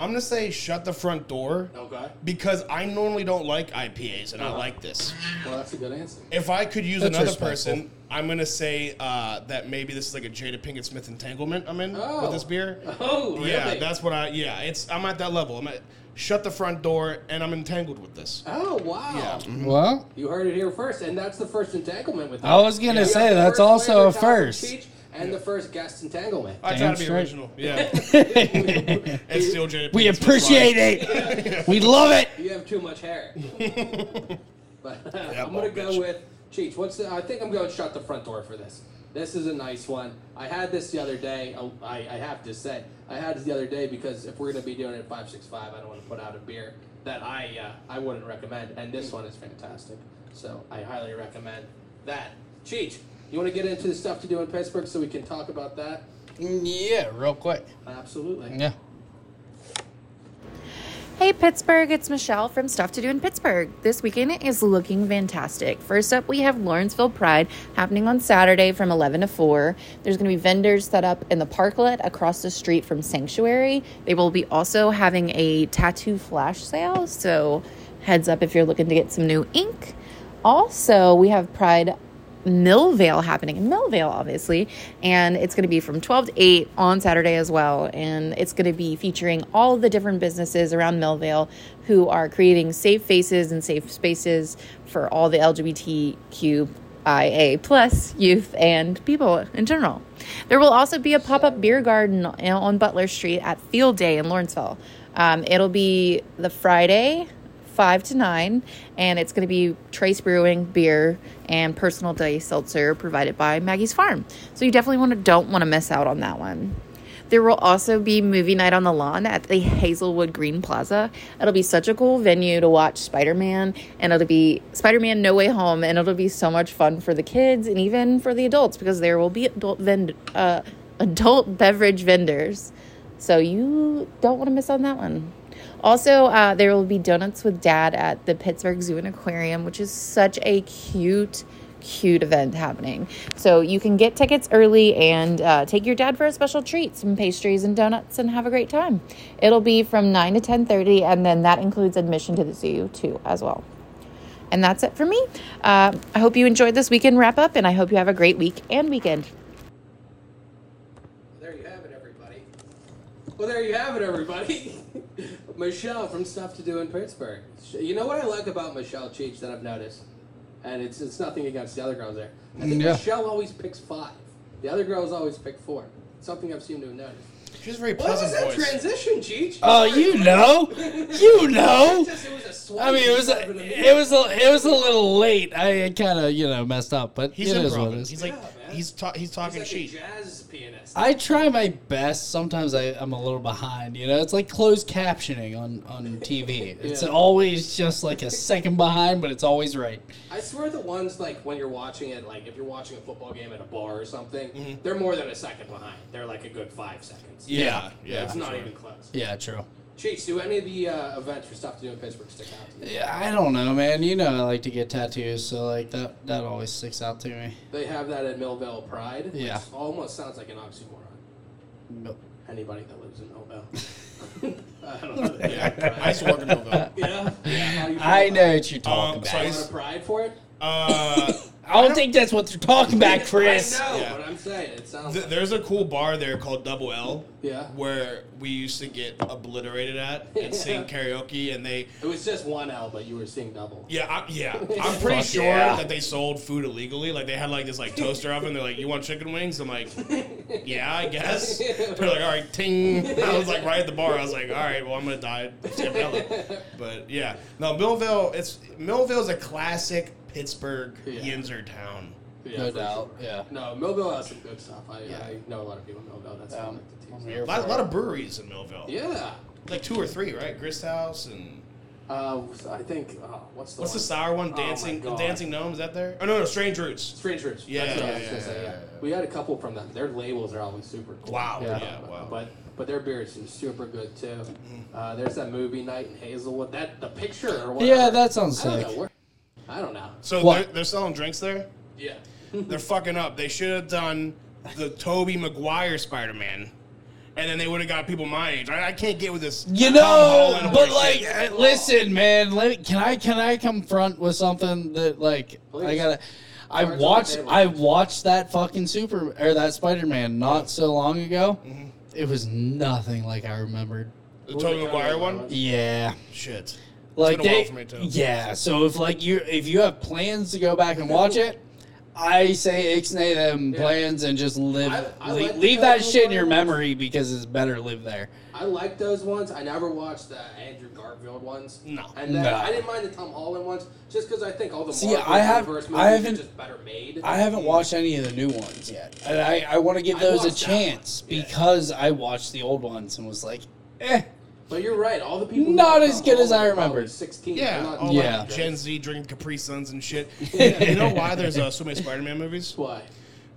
Speaker 3: I'm gonna say shut the front door
Speaker 1: Okay.
Speaker 3: because I normally don't like IPAs and I
Speaker 1: Uh-huh.
Speaker 3: like this.
Speaker 1: Well, that's a good answer.
Speaker 3: If I could use
Speaker 2: That's
Speaker 3: another
Speaker 2: respectful.
Speaker 3: person, I'm gonna say uh, that maybe this is like a Jada Pinkett Smith entanglement I'm in
Speaker 1: Oh.
Speaker 3: with this beer.
Speaker 1: Oh, really?
Speaker 3: Yeah, that's what I. Yeah, it's I'm at that level. I'm at shut the front door and I'm entangled with this.
Speaker 1: Oh wow.
Speaker 3: Yeah.
Speaker 2: Well,
Speaker 1: You heard it here first, and that's the first entanglement with.
Speaker 2: I was gonna
Speaker 1: You got
Speaker 2: say,
Speaker 1: the
Speaker 2: that's
Speaker 1: first
Speaker 2: also
Speaker 1: flavor
Speaker 2: a
Speaker 1: topic
Speaker 2: first.
Speaker 1: speech And the first guest entanglement.
Speaker 3: I try
Speaker 2: Damn
Speaker 3: to be
Speaker 2: straight.
Speaker 3: original. Yeah. and still Jada.
Speaker 2: we appreciate it. We love it.
Speaker 1: You have too much hair. but uh, I'm gonna
Speaker 3: bald
Speaker 1: go
Speaker 3: bitch.
Speaker 1: with Cheech. What's the, I think I'm going to shut the front door for this. This is a nice one. I had this the other day. I, I I have to say I had this the other day because if we're gonna be doing it at five six five, I don't want to put out a beer that I uh, I wouldn't recommend. And this one is fantastic. So I highly recommend that. Cheech, you want to get into the stuff to do in Pittsburgh so we can talk about that?
Speaker 2: Yeah, real quick.
Speaker 1: Absolutely.
Speaker 2: Yeah.
Speaker 4: Hey Pittsburgh, it's Michelle from Stuff to Do in Pittsburgh. This weekend is looking fantastic. First up, we have Lawrenceville Pride happening on Saturday from 11 to 4. There's going to be vendors set up in the parklet across the street from Sanctuary. They will be also having a tattoo flash sale, so heads up if you're looking to get some new ink. Also, we have Pride Millvale happening in Millvale, obviously. And it's going to be from 12 to 8 on Saturday as well. And it's going to be featuring all the different businesses around Millvale who are creating safe faces and safe spaces for all the LGBTQIA plus youth and people in general. There will also be a pop up beer garden on Butler Street at Field Day in Lawrenceville. Um, it'll be the Friday, five to nine, and it's going to be Trace Brewing beer and personal day seltzer provided by Maggie's Farm. So you definitely want to don't want to miss out on that one. There will also be movie night on the lawn at the Hazelwood Green Plaza. It'll be such a cool venue to watch Spider Man, and it'll be Spider Man No Way Home, and it'll be so much fun for the kids and even for the adults because there will be adult vend- uh, adult beverage vendors. So you don't want to miss on that one. Also, uh, there will be donuts with dad at the Pittsburgh Zoo and Aquarium, which is such a cute, cute event happening. So you can get tickets early and uh, take your dad for a special treat, some pastries and donuts, and have a great time. It'll be from nine to ten thirty, and then that includes admission to the zoo too, as well. And that's it for me. Uh, I hope you enjoyed this weekend wrap up, and I hope you have a great week and weekend.
Speaker 1: There you have it, everybody. Well, there you have it, everybody. Michelle from Stuff to Do in Pittsburgh. Sh- You know what I like about Michelle Cheech that I've noticed, and it's it's nothing against the other girls there. I think
Speaker 2: Mm, Yeah.
Speaker 1: Michelle always picks five. The other girls always pick four. Something I've seemed to have noticed.
Speaker 3: She's a very
Speaker 1: What was
Speaker 3: pleasant
Speaker 1: that
Speaker 3: voice.
Speaker 1: transition, Cheech?
Speaker 2: Oh, you know, you know.
Speaker 1: Just- it was a
Speaker 2: I mean, it was
Speaker 1: swipe.
Speaker 2: a, it was a, it was a little late. I kind of you know messed up, but
Speaker 3: He's
Speaker 2: it is what it
Speaker 3: improv.
Speaker 2: is.
Speaker 3: He's like
Speaker 1: Yeah, man.
Speaker 3: he's ta- he's talking
Speaker 1: He's like a
Speaker 3: sheet.
Speaker 1: jazz pianist.
Speaker 2: I try my best. Sometimes I, I'm a little behind. You know, it's like closed captioning on on TV. It's
Speaker 1: Yeah.
Speaker 2: always just like a second behind, but it's always right.
Speaker 1: I swear the ones like when you're watching it, like if you're watching a football game at a bar or something, they're more than a second behind. They're like a good five seconds.
Speaker 2: Yeah.
Speaker 3: yeah.
Speaker 1: it's
Speaker 3: for
Speaker 1: not
Speaker 3: sure.
Speaker 1: even close.
Speaker 2: Yeah, true.
Speaker 1: Chiefs, do any of the uh, events for stuff to do in Pittsburgh stick out? to you?
Speaker 2: Yeah, I don't know, man. You know, I like to get tattoos, so like that that always sticks out to me.
Speaker 1: They have that at Millville Pride. which
Speaker 2: Yeah.
Speaker 1: almost sounds like an oxymoron. Anybody that lives in Millville. I don't know. that- Yeah. Pride.
Speaker 3: I used to work in Millville.
Speaker 1: yeah. How you feel
Speaker 2: I
Speaker 1: about
Speaker 2: know
Speaker 1: it?
Speaker 2: what you're talking
Speaker 3: Um,
Speaker 2: about.
Speaker 3: so
Speaker 1: You want a pride for it?
Speaker 3: Uh,
Speaker 2: I don't think that's what you're talking about, Chris.
Speaker 1: I know,
Speaker 3: Yeah.
Speaker 1: but I'm saying it sounds.
Speaker 3: th-
Speaker 1: like-
Speaker 3: there's a cool bar there called Double L.
Speaker 1: Yeah.
Speaker 3: Where we used to get obliterated at and sing karaoke, and they
Speaker 1: it was just one L, but you were seeing double.
Speaker 3: Yeah, I, yeah. I'm pretty
Speaker 2: Fuck
Speaker 3: sure
Speaker 2: yeah.
Speaker 3: that they sold food illegally. Like they had like this like toaster oven. They're like, "You want chicken wings?" I'm like, "Yeah, I guess." They're like, "All right, ting." I was like, right at the bar. I was like, "All right, well, I'm gonna die." at Chappella." But yeah, no, Millville. It's Millville's a classic Pittsburgh
Speaker 1: Yeah.
Speaker 3: Yinzer town.
Speaker 1: Yeah,
Speaker 2: No
Speaker 1: for
Speaker 2: doubt.
Speaker 1: sure.
Speaker 2: Yeah.
Speaker 1: No, Millville has some good stuff. I, I know a lot of people in Millville. That's how I like to teach.
Speaker 2: Um, I'm here
Speaker 3: A lot,
Speaker 2: for
Speaker 3: lot
Speaker 2: it.
Speaker 3: of breweries in Millville.
Speaker 1: Yeah.
Speaker 3: like two or three, right? Grist House and
Speaker 1: Uh, I think. Uh, what's the
Speaker 3: what's
Speaker 1: one?
Speaker 3: the
Speaker 1: Oh
Speaker 3: sour one?
Speaker 1: my
Speaker 3: Dancing,
Speaker 1: God.
Speaker 3: Dancing Gnome is that there? Oh no, no, Strange Roots.
Speaker 1: Strange Roots.
Speaker 3: Yeah,
Speaker 1: That's what I
Speaker 3: yeah,
Speaker 1: was
Speaker 3: yeah,
Speaker 1: gonna say,
Speaker 3: yeah,
Speaker 1: yeah.
Speaker 3: yeah.
Speaker 1: We had a couple from them. Their labels are always super cool.
Speaker 3: Wow.
Speaker 2: Yeah.
Speaker 3: Yeah. wow. Mm-hmm.
Speaker 1: But but their beers are super good too. Uh, there's that movie night in Hazelwood. That the picture or whatever.
Speaker 2: Yeah, that sounds
Speaker 1: I don't know
Speaker 2: sick.
Speaker 1: where. I don't know.
Speaker 3: so
Speaker 2: What?
Speaker 3: they're, they're selling drinks there.
Speaker 1: Yeah.
Speaker 3: They're fucking up. They should have done the Toby Maguire Spider Man. And then they would have got people my age. I, I can't get with this.
Speaker 2: You
Speaker 3: Tom
Speaker 2: know,
Speaker 3: Holland
Speaker 2: but
Speaker 3: bullshit.
Speaker 2: like, uh, listen, man. Let, can I can I confront with something that like I
Speaker 1: Please.
Speaker 2: gotta? I
Speaker 1: Cards on the
Speaker 2: watched
Speaker 1: table.
Speaker 2: I watched that fucking super or that Spider Man not so long ago.
Speaker 1: Mm-hmm.
Speaker 2: It was nothing like I remembered.
Speaker 3: the Toby Maguire one?
Speaker 2: Yeah,
Speaker 3: Shit.
Speaker 2: like
Speaker 3: been a while
Speaker 2: they,
Speaker 3: for me, too.
Speaker 2: yeah. So if like you if you have plans to go back and watch it, I say ixnay them
Speaker 1: Yeah.
Speaker 2: plans and just live
Speaker 1: I- I
Speaker 2: leave,
Speaker 1: like the
Speaker 2: leave that
Speaker 1: Toby
Speaker 2: shit in your
Speaker 1: Maguire.
Speaker 2: memory because it's better live there.
Speaker 1: I like those ones. I never watched the Andrew Garfield ones.
Speaker 3: No.
Speaker 1: And then,
Speaker 2: No.
Speaker 1: I didn't mind the Tom Holland ones, just because I think all the
Speaker 2: See,
Speaker 1: Marvel
Speaker 2: I have-
Speaker 1: Universe
Speaker 2: I
Speaker 1: movies are
Speaker 2: haven't-
Speaker 1: just better made.
Speaker 2: I haven't watched any of the new ones yet, and I, I want to give
Speaker 1: I
Speaker 2: those a
Speaker 1: watched that one.
Speaker 2: chance
Speaker 1: Yeah.
Speaker 2: because I watched the old ones and was like, eh,
Speaker 1: but you're right. All the people. who
Speaker 2: Not
Speaker 1: like
Speaker 2: as
Speaker 1: Tom
Speaker 2: good as I
Speaker 1: Holland are probably
Speaker 2: remembered.
Speaker 1: Sixteen.
Speaker 3: Yeah.
Speaker 1: They're not-
Speaker 3: All
Speaker 2: Yeah.
Speaker 3: Like Gen Z drinking Capri Suns and shit. you know why there's uh, so many Spider Man movies?
Speaker 1: Why?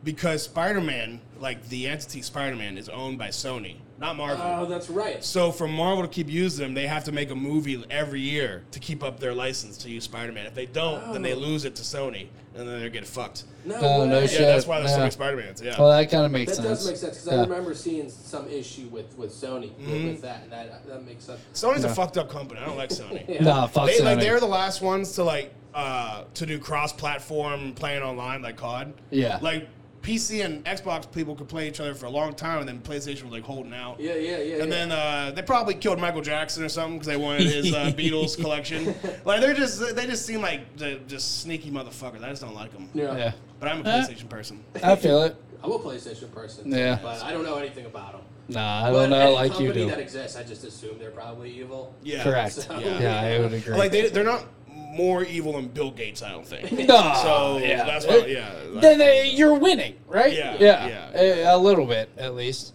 Speaker 3: Because Spider Man, like the entity Spider Man, is owned by Sony, not Marvel.
Speaker 1: Oh, that's right.
Speaker 3: So for Marvel to keep using them, they have to make a movie every year to keep up their license to use Spider-Man. If they don't, then they lose it to Sony, and then they get fucked.
Speaker 1: Oh. No,
Speaker 2: Oh, no
Speaker 1: way.
Speaker 2: shit.
Speaker 3: Yeah, that's why there's so
Speaker 2: Yeah.
Speaker 3: many Spider-Mans. Yeah.
Speaker 2: well, that kind of makes
Speaker 1: That
Speaker 2: sense.
Speaker 1: does make sense because I
Speaker 2: Yeah.
Speaker 1: remember seeing some issue with with Sony
Speaker 3: Mm-hmm.
Speaker 1: with, with that, and that that makes sense.
Speaker 3: Sony's a fucked up company. I don't like Sony.
Speaker 1: Yeah.
Speaker 2: Nah, fuck
Speaker 3: They
Speaker 2: Sony.
Speaker 3: like they're the last ones to like uh, to do cross-platform playing online like COD.
Speaker 2: Yeah.
Speaker 3: Like PC and Xbox people could play each other for a long time, and then PlayStation was like holding out.
Speaker 1: Yeah, yeah, yeah.
Speaker 3: And
Speaker 1: yeah.
Speaker 3: then uh, they probably killed Michael Jackson or something because they wanted his uh, Beatles collection. Like they're just they just seem like the just sneaky motherfuckers. I just don't like them.
Speaker 1: yeah.
Speaker 2: yeah,
Speaker 3: But I'm a
Speaker 2: Uh,
Speaker 3: PlayStation person.
Speaker 2: I feel it.
Speaker 1: I'm a PlayStation person.
Speaker 2: Yeah.
Speaker 1: but I don't know anything about them.
Speaker 2: Nah, I don't know, like you
Speaker 1: company
Speaker 2: do.
Speaker 1: that exists, I just assume they're probably evil.
Speaker 3: Yeah,
Speaker 2: Correct.
Speaker 1: So-
Speaker 2: yeah.
Speaker 1: Yeah.
Speaker 2: I would agree.
Speaker 3: Like they they're not more evil than Bill Gates. I don't think.
Speaker 2: Nah,
Speaker 3: So
Speaker 2: yeah.
Speaker 3: that's why yeah.
Speaker 2: then they, you're winning, right?
Speaker 3: Yeah,
Speaker 2: yeah,
Speaker 3: yeah.
Speaker 2: A, a little bit at least.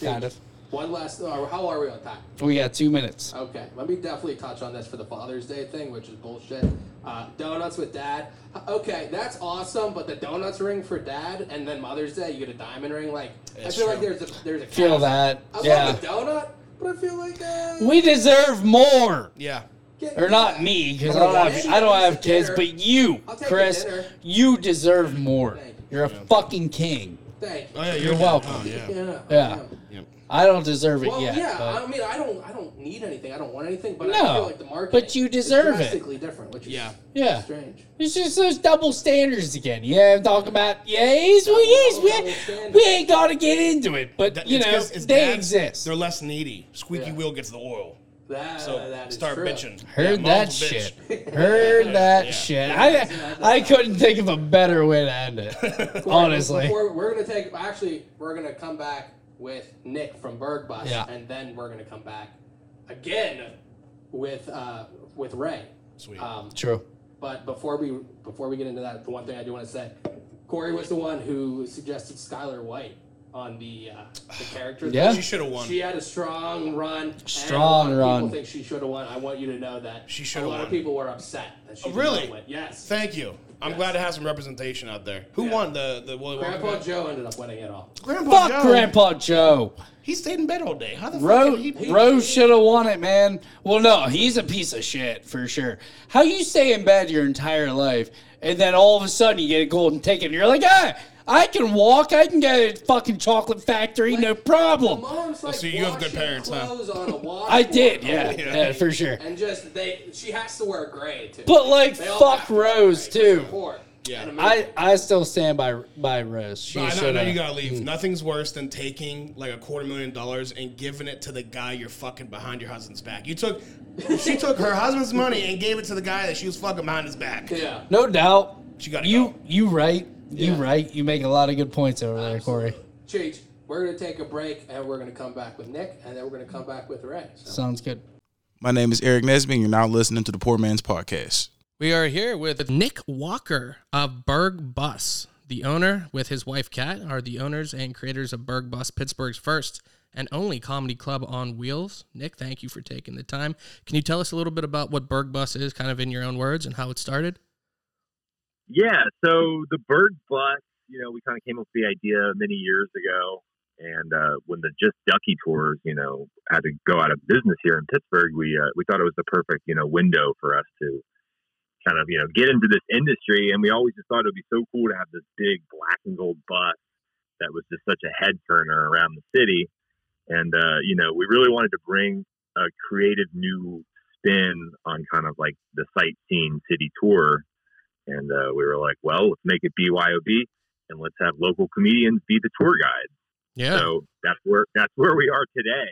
Speaker 2: Kind of.
Speaker 1: One last. Or how are we on time?
Speaker 2: We got two minutes.
Speaker 1: Okay, let me definitely touch on this for the Father's Day thing, which is bullshit. Uh, donuts with dad. Okay, that's awesome, but the donuts ring for dad, and then Mother's Day you get a diamond ring. Like I
Speaker 3: That's
Speaker 1: feel like
Speaker 3: true.
Speaker 1: there's a there's a
Speaker 2: Feel
Speaker 1: cap.
Speaker 2: that,
Speaker 1: I
Speaker 2: yeah.
Speaker 1: love the donut, but I feel like uh,
Speaker 2: We deserve more.
Speaker 3: Yeah.
Speaker 1: get-
Speaker 2: Or not me, because I
Speaker 1: Come on,
Speaker 2: don't have
Speaker 1: dinner
Speaker 2: I don't
Speaker 1: is
Speaker 2: have kids,
Speaker 1: dinner.
Speaker 2: but you,
Speaker 1: I'll take a
Speaker 2: Chris,
Speaker 1: dinner.
Speaker 2: you deserve more.
Speaker 1: Thank you.
Speaker 2: You're a
Speaker 3: Yeah.
Speaker 2: fucking king.
Speaker 1: Thank you.
Speaker 3: Oh, yeah
Speaker 2: You're
Speaker 3: yeah.
Speaker 2: welcome.
Speaker 3: Oh, yeah.
Speaker 1: Yeah.
Speaker 2: Yeah.
Speaker 3: Yep.
Speaker 2: I don't deserve it
Speaker 1: Well,
Speaker 2: yet.
Speaker 1: yeah.
Speaker 2: but-
Speaker 1: I mean, I don't, I don't need anything. I don't want anything. But
Speaker 2: No,
Speaker 1: I feel like the market.
Speaker 2: but you deserve it.
Speaker 1: is drastically different, which is
Speaker 3: Yeah.
Speaker 2: Yeah.
Speaker 1: strange.
Speaker 2: It's just those double standards again. Yeah, I'm talking about yeah, he's well, he's
Speaker 1: Double
Speaker 2: we,
Speaker 1: standards.
Speaker 2: we ain't gotta get into it, but
Speaker 3: That-
Speaker 2: you
Speaker 3: it's
Speaker 2: know
Speaker 3: 'cause it's
Speaker 2: they
Speaker 3: dads,
Speaker 2: exist.
Speaker 3: They're less needy. Squeaky
Speaker 1: Yeah.
Speaker 3: wheel gets the oil.
Speaker 1: That,
Speaker 3: So
Speaker 1: that is
Speaker 3: start
Speaker 1: true.
Speaker 3: bitching.
Speaker 2: Heard
Speaker 3: Yeah,
Speaker 2: that
Speaker 3: mom's a bitch.
Speaker 2: shit. Heard that
Speaker 3: Yeah.
Speaker 2: shit. I I couldn't think of a better way to end it. honestly.
Speaker 1: Before, we're gonna take. Actually, we're gonna come back with Nick from Berg Bus,
Speaker 2: Yeah.
Speaker 1: and then we're gonna come back again with uh, with Ray.
Speaker 3: Sweet.
Speaker 1: Um,
Speaker 2: True.
Speaker 1: but before we before we get into that, the one thing I do want to say, Corey was the one who suggested Skylar White on the uh, the character.
Speaker 2: Yeah.
Speaker 3: She should have won.
Speaker 1: She had a strong run. and a lot
Speaker 2: Strong
Speaker 1: of
Speaker 2: run.
Speaker 1: People think she should have won. I want you to know that
Speaker 3: She
Speaker 1: A
Speaker 3: shoulda
Speaker 1: lot of
Speaker 3: won.
Speaker 1: people were upset that she
Speaker 3: Oh,
Speaker 1: did
Speaker 3: really?
Speaker 1: not win. Yes.
Speaker 3: Thank you. I'm glad to have some representation out there. Who
Speaker 1: Yeah.
Speaker 3: won the the Willy Wonka?
Speaker 1: Grandpa
Speaker 3: guy?
Speaker 1: Joe ended up winning it all.
Speaker 3: Grandpa
Speaker 2: Fuck
Speaker 3: Joe.
Speaker 2: Grandpa Joe.
Speaker 3: He stayed in bed all day. How the fuck
Speaker 2: Rose,
Speaker 3: did he?
Speaker 2: Rose should have won it, man. Well, no, he's a piece of shit for sure. How you stay in bed your entire life and then all of a sudden you get a golden ticket and you're like, ah, I can walk. I can go to fucking chocolate factory, no problem.
Speaker 1: Mom's like
Speaker 3: Oh, so you have good
Speaker 1: washing
Speaker 3: parents, huh?
Speaker 1: clothes on a washboard
Speaker 2: I did,
Speaker 1: the
Speaker 3: Oh,
Speaker 2: yeah,
Speaker 1: whole
Speaker 2: yeah,
Speaker 1: day,
Speaker 2: for sure.
Speaker 1: And just they, she has to wear gray too.
Speaker 2: But, like,
Speaker 1: They all
Speaker 2: fuck
Speaker 1: have to wear
Speaker 2: Rose,
Speaker 1: gray. It's
Speaker 2: too.
Speaker 1: support
Speaker 3: Yeah.
Speaker 1: and
Speaker 2: I,
Speaker 1: amazing.
Speaker 2: I still stand by by Rose. She
Speaker 3: I know, I
Speaker 2: should
Speaker 3: know you
Speaker 2: have.
Speaker 3: gotta leave. Nothing's worse than taking like a quarter million dollars and giving it to the guy you're fucking behind your husband's back. You took, she took her husband's money and gave it to the guy that she was fucking behind his back.
Speaker 1: yeah.
Speaker 2: No doubt.
Speaker 3: She gotta
Speaker 2: you
Speaker 3: go.
Speaker 2: you right. You
Speaker 1: Yeah.
Speaker 2: right. You make a lot of good points over there, Corey.
Speaker 1: Cheech, we're gonna take a break and we're gonna come back with Nick and then we're gonna come back with Ray. So.
Speaker 2: Sounds good.
Speaker 5: My name is Eric Nesby, and you're now listening to the Poor Man's Podcast.
Speaker 6: We are here with Nick Walker of Berg Bus. The owner, with his wife Kat, are the owners and creators of Berg Bus, Pittsburgh's first and only comedy club on wheels. Nick, thank you for taking the time. Can you tell us a little bit about what Berg Bus is, kind of in your own words, and how it started?
Speaker 7: Yeah, so the Berg Bus, you know, we kind of came up with the idea many years ago. And uh, when the Just Ducky tours, you know, had to go out of business here in Pittsburgh, we uh, we thought it was the perfect, you know, window for us to kind of, you know, get into this industry. And we always just thought it would be so cool to have this big black and gold bus that was just such a head turner around the city. And uh, you know, we really wanted to bring a creative new spin on kind of like the sightseeing city tour and uh, we were like, well, let's make it BYOB and let's have local comedians be the tour guide.
Speaker 6: Yeah.
Speaker 7: So that's where that's where we are today.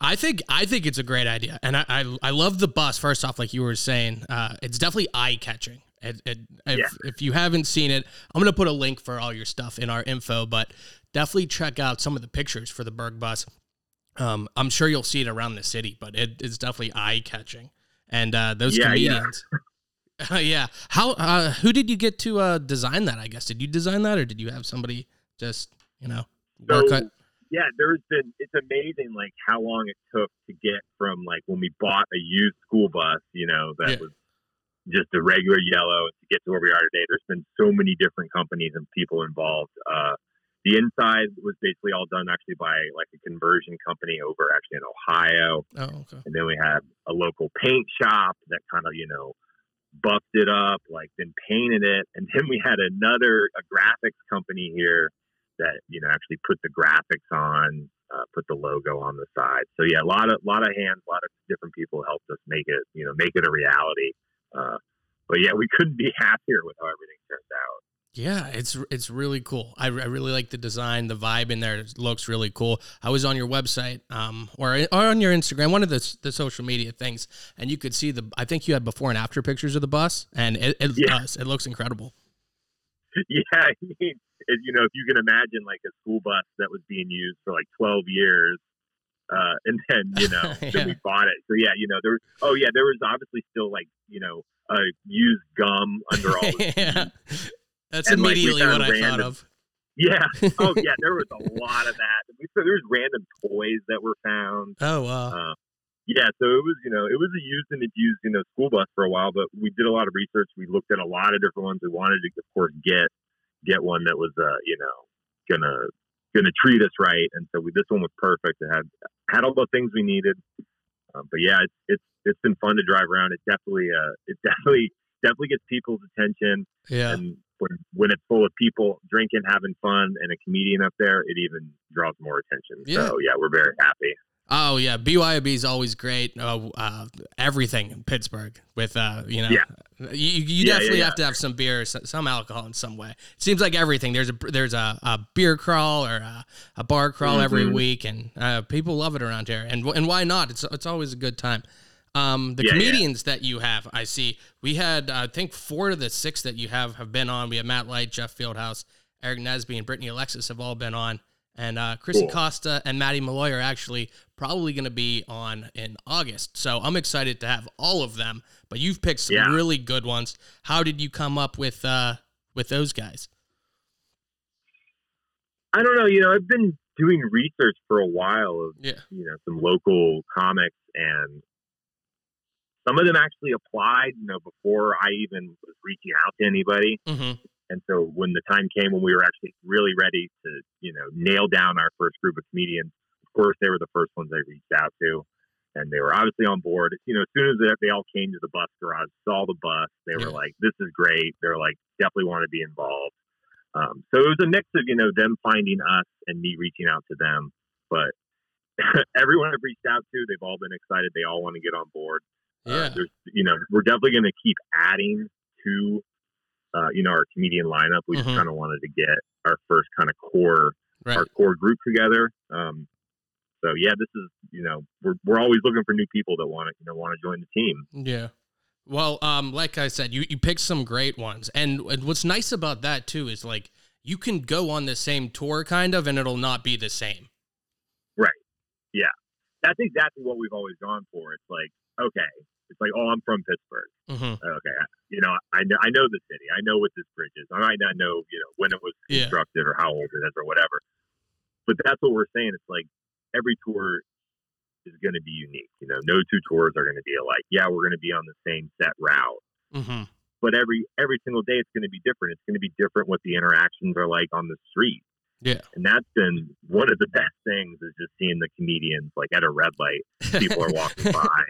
Speaker 6: I think I think it's a great idea, and I I, I love the bus. First off, like you were saying, uh, it's definitely eye catching. It, it, if,
Speaker 7: Yeah.
Speaker 6: if you haven't seen it, I'm gonna put a link for all your stuff in our info, but definitely check out some of the pictures for the Berg bus. Um, I'm sure you'll see it around the city, but it is definitely eye catching. And uh, those
Speaker 7: Yeah, yeah.
Speaker 6: comedians, yeah. How uh, who did you get to uh, design that? I guess did you design that, or did you have somebody just you know
Speaker 7: So
Speaker 6: work? on-
Speaker 7: yeah, there's been it's amazing like how long it took to get from like when we bought a used school bus, you know, that
Speaker 6: Yeah.
Speaker 7: was just a regular yellow to get to where we are today. There's been so many different companies and people involved. Uh, the inside was basically all done actually by like a conversion company over actually in Ohio.
Speaker 6: Oh, okay.
Speaker 7: And then we had a local paint shop that kind of, you know, buffed it up, like then painted it. And then we had another a graphics company here that, you know, actually put the graphics on, uh, put the logo on the side. So yeah, a lot of lot of hands, a lot of different people helped us make it, you know, make it a reality. Uh, but yeah, we couldn't be happier with how everything turned out.
Speaker 6: Yeah, it's it's really cool. I, I really like the design, the vibe in there It looks really cool. I was on your website, um, or, or on your Instagram, one of the s- the social media things, and you could see the. I think you had before and after pictures of the bus, and it it,
Speaker 7: Yeah.
Speaker 6: does. it looks incredible.
Speaker 7: yeah, I mean, if, you know, if you can imagine like a school bus that was being used for like 12 years, uh, and then you know, then
Speaker 6: Yeah.
Speaker 7: we bought it. So yeah, you know, there. Was, oh yeah, there was obviously still like you know, uh, used gum under all. The
Speaker 6: yeah, that's
Speaker 7: And, like, Oh, we
Speaker 6: immediately
Speaker 7: found
Speaker 6: what I thought
Speaker 7: random-
Speaker 6: of.
Speaker 7: Yeah. Oh, yeah. There was a lot of that. We- So there was random toys that were found.
Speaker 1: Oh, wow.
Speaker 7: Um, yeah. So it was, you know, it was a used and abused, you know, school bus for a while. But we did a lot of research. We looked at a lot of different ones. We wanted to, of course, get get one that was, uh, you know, gonna gonna treat us right. And so we, this one was perfect. It had had all the things we needed. Um, but yeah, it's it's it's been fun to drive around. It definitely, uh, it definitely definitely gets people's attention
Speaker 1: yeah.
Speaker 7: and when when it's full of people drinking, having fun, and a comedian up there, it even draws more attention.
Speaker 1: Yeah.
Speaker 7: So yeah, we're very happy.
Speaker 1: Oh yeah, BYOB is always great. Uh, uh, everything in Pittsburgh with uh, you know,
Speaker 7: Yeah.
Speaker 1: you, you
Speaker 7: Yeah,
Speaker 1: definitely
Speaker 7: yeah,
Speaker 1: have to have some beer, or s- some alcohol in some way. It seems like everything there's a there's a, a beer crawl or a, a bar crawl every
Speaker 7: Mhm.
Speaker 1: week, and uh, people love it around here. And and why not? It's it's always a good time. Um, the
Speaker 7: Yeah, yeah.
Speaker 1: comedians that you have, I see. We had I think four of the six that you have have been on. We have Matt Light, Jeff Fieldhouse, Eric Nesby, and Brittany Alexis have all been on. And uh, Chrissy
Speaker 7: Cool.
Speaker 1: Costa and Maddie Malloy are actually probably going to be on in August. So I'm excited to have all of them. But you've picked some
Speaker 7: Yeah.
Speaker 1: really good ones. How did you come up with uh, with those guys?
Speaker 7: I don't know. You know, I've been doing research for a while of
Speaker 1: Yeah.
Speaker 7: you know some local comics and some of them actually applied. You know, before I even was reaching out to anybody.
Speaker 1: hmm
Speaker 7: And so when the time came when we were actually really ready to, you know, nail down our first group of comedians, of course they were the first ones I reached out to. And they were obviously on board. You know, as soon as they, they all came to the bus garage, saw the bus, they were
Speaker 1: Yeah.
Speaker 7: like, this is great. They're like, definitely want to be involved. Um, so it was a mix of, you know, them finding us and me reaching out to them. But everyone I've reached out to, they've all been excited. They all want to get on board. Uh,
Speaker 1: Yeah.
Speaker 7: there's, you know, we're definitely going to keep adding to, uh, you know, our comedian lineup. We
Speaker 1: Mhm.
Speaker 7: just kind of wanted to get our first kind of core,
Speaker 1: Right.
Speaker 7: our core group together. Um, so yeah, this is, you know, we're, we're always looking for new people that want to, you know, want to join the team.
Speaker 1: Yeah. Well, um, like I said, you, you picked some great ones. And, and what's nice about that, too, is like you can go on the same tour kind of and it'll not be the same.
Speaker 7: That's exactly what we've always gone for. It's like, okay, it's like, oh, I'm from Pittsburgh.
Speaker 1: hmm
Speaker 7: Okay, I- you know, I know, I know the city. I know what this bridge is. I might not know, you know, when it was
Speaker 1: Yeah.
Speaker 7: constructed or how old it is or whatever. But that's what we're saying. It's like every tour is going to be unique. You know, no two tours are going to be alike. Yeah, we're going to be on the same set route,
Speaker 1: hmm
Speaker 7: but every every single day it's going to be different. It's going to be different what the interactions are like on the street.
Speaker 1: Yeah.
Speaker 7: and that's been one of the best things is just seeing the comedians like at a red light people are walking by.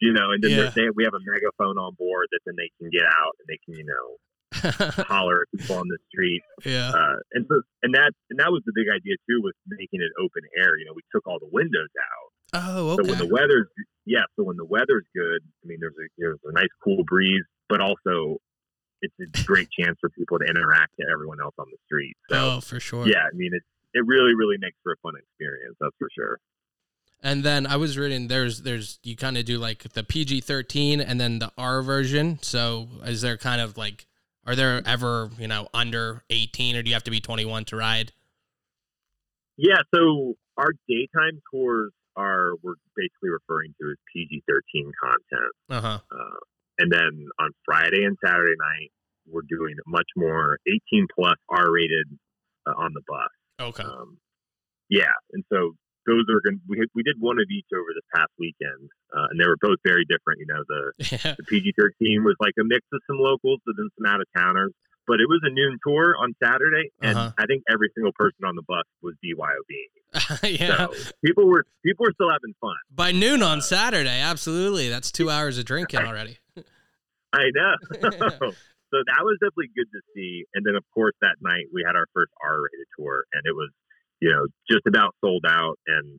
Speaker 7: You know, and then
Speaker 1: Yeah.
Speaker 7: they're they, we have a megaphone on board that then they can get out and they can, you know, holler at people on the street.
Speaker 1: yeah.
Speaker 7: Uh, and so, and that and that was the big idea too with making it open air. You know, we took all the windows out,
Speaker 1: Oh,
Speaker 7: so when
Speaker 1: okay.
Speaker 7: the weather's yeah, so when the weather's good, I mean, there's a there's a nice cool breeze, but also it's a great chance for people to interact with everyone else on the street. So
Speaker 1: Oh, for sure.
Speaker 7: yeah, I mean, it it really really makes for a fun experience. That's for sure.
Speaker 1: And then I was reading there's there's you kind of do like the PG thirteen and then the R version. So is there kind of like are there ever you know under eighteen or do you have to be twenty one to ride?
Speaker 7: Yeah, so our daytime tours are we're basically referring to as PG thirteen content,
Speaker 1: Uh huh.
Speaker 7: uh, and then on Friday and Saturday night we're doing much more eighteen plus R rated uh, on the bus.
Speaker 1: Okay.
Speaker 7: Um, yeah, and so those are going. We had- we did one of each over this past weekend, uh, and they were both very different. You know, the
Speaker 1: Yeah.
Speaker 7: the PG thirteen was like a mix of some locals, but then some out of towners. But it was a noon tour on Saturday, and
Speaker 1: Uh-huh.
Speaker 7: I think every single person on the bus was BYOB.
Speaker 1: yeah.
Speaker 7: So people were people were still having fun.
Speaker 1: By noon on Saturday, absolutely. That's two hours of drinking already.
Speaker 7: I know. so that was definitely good to see. And then of course that night we had our first R rated tour and it was, you know, just about sold out and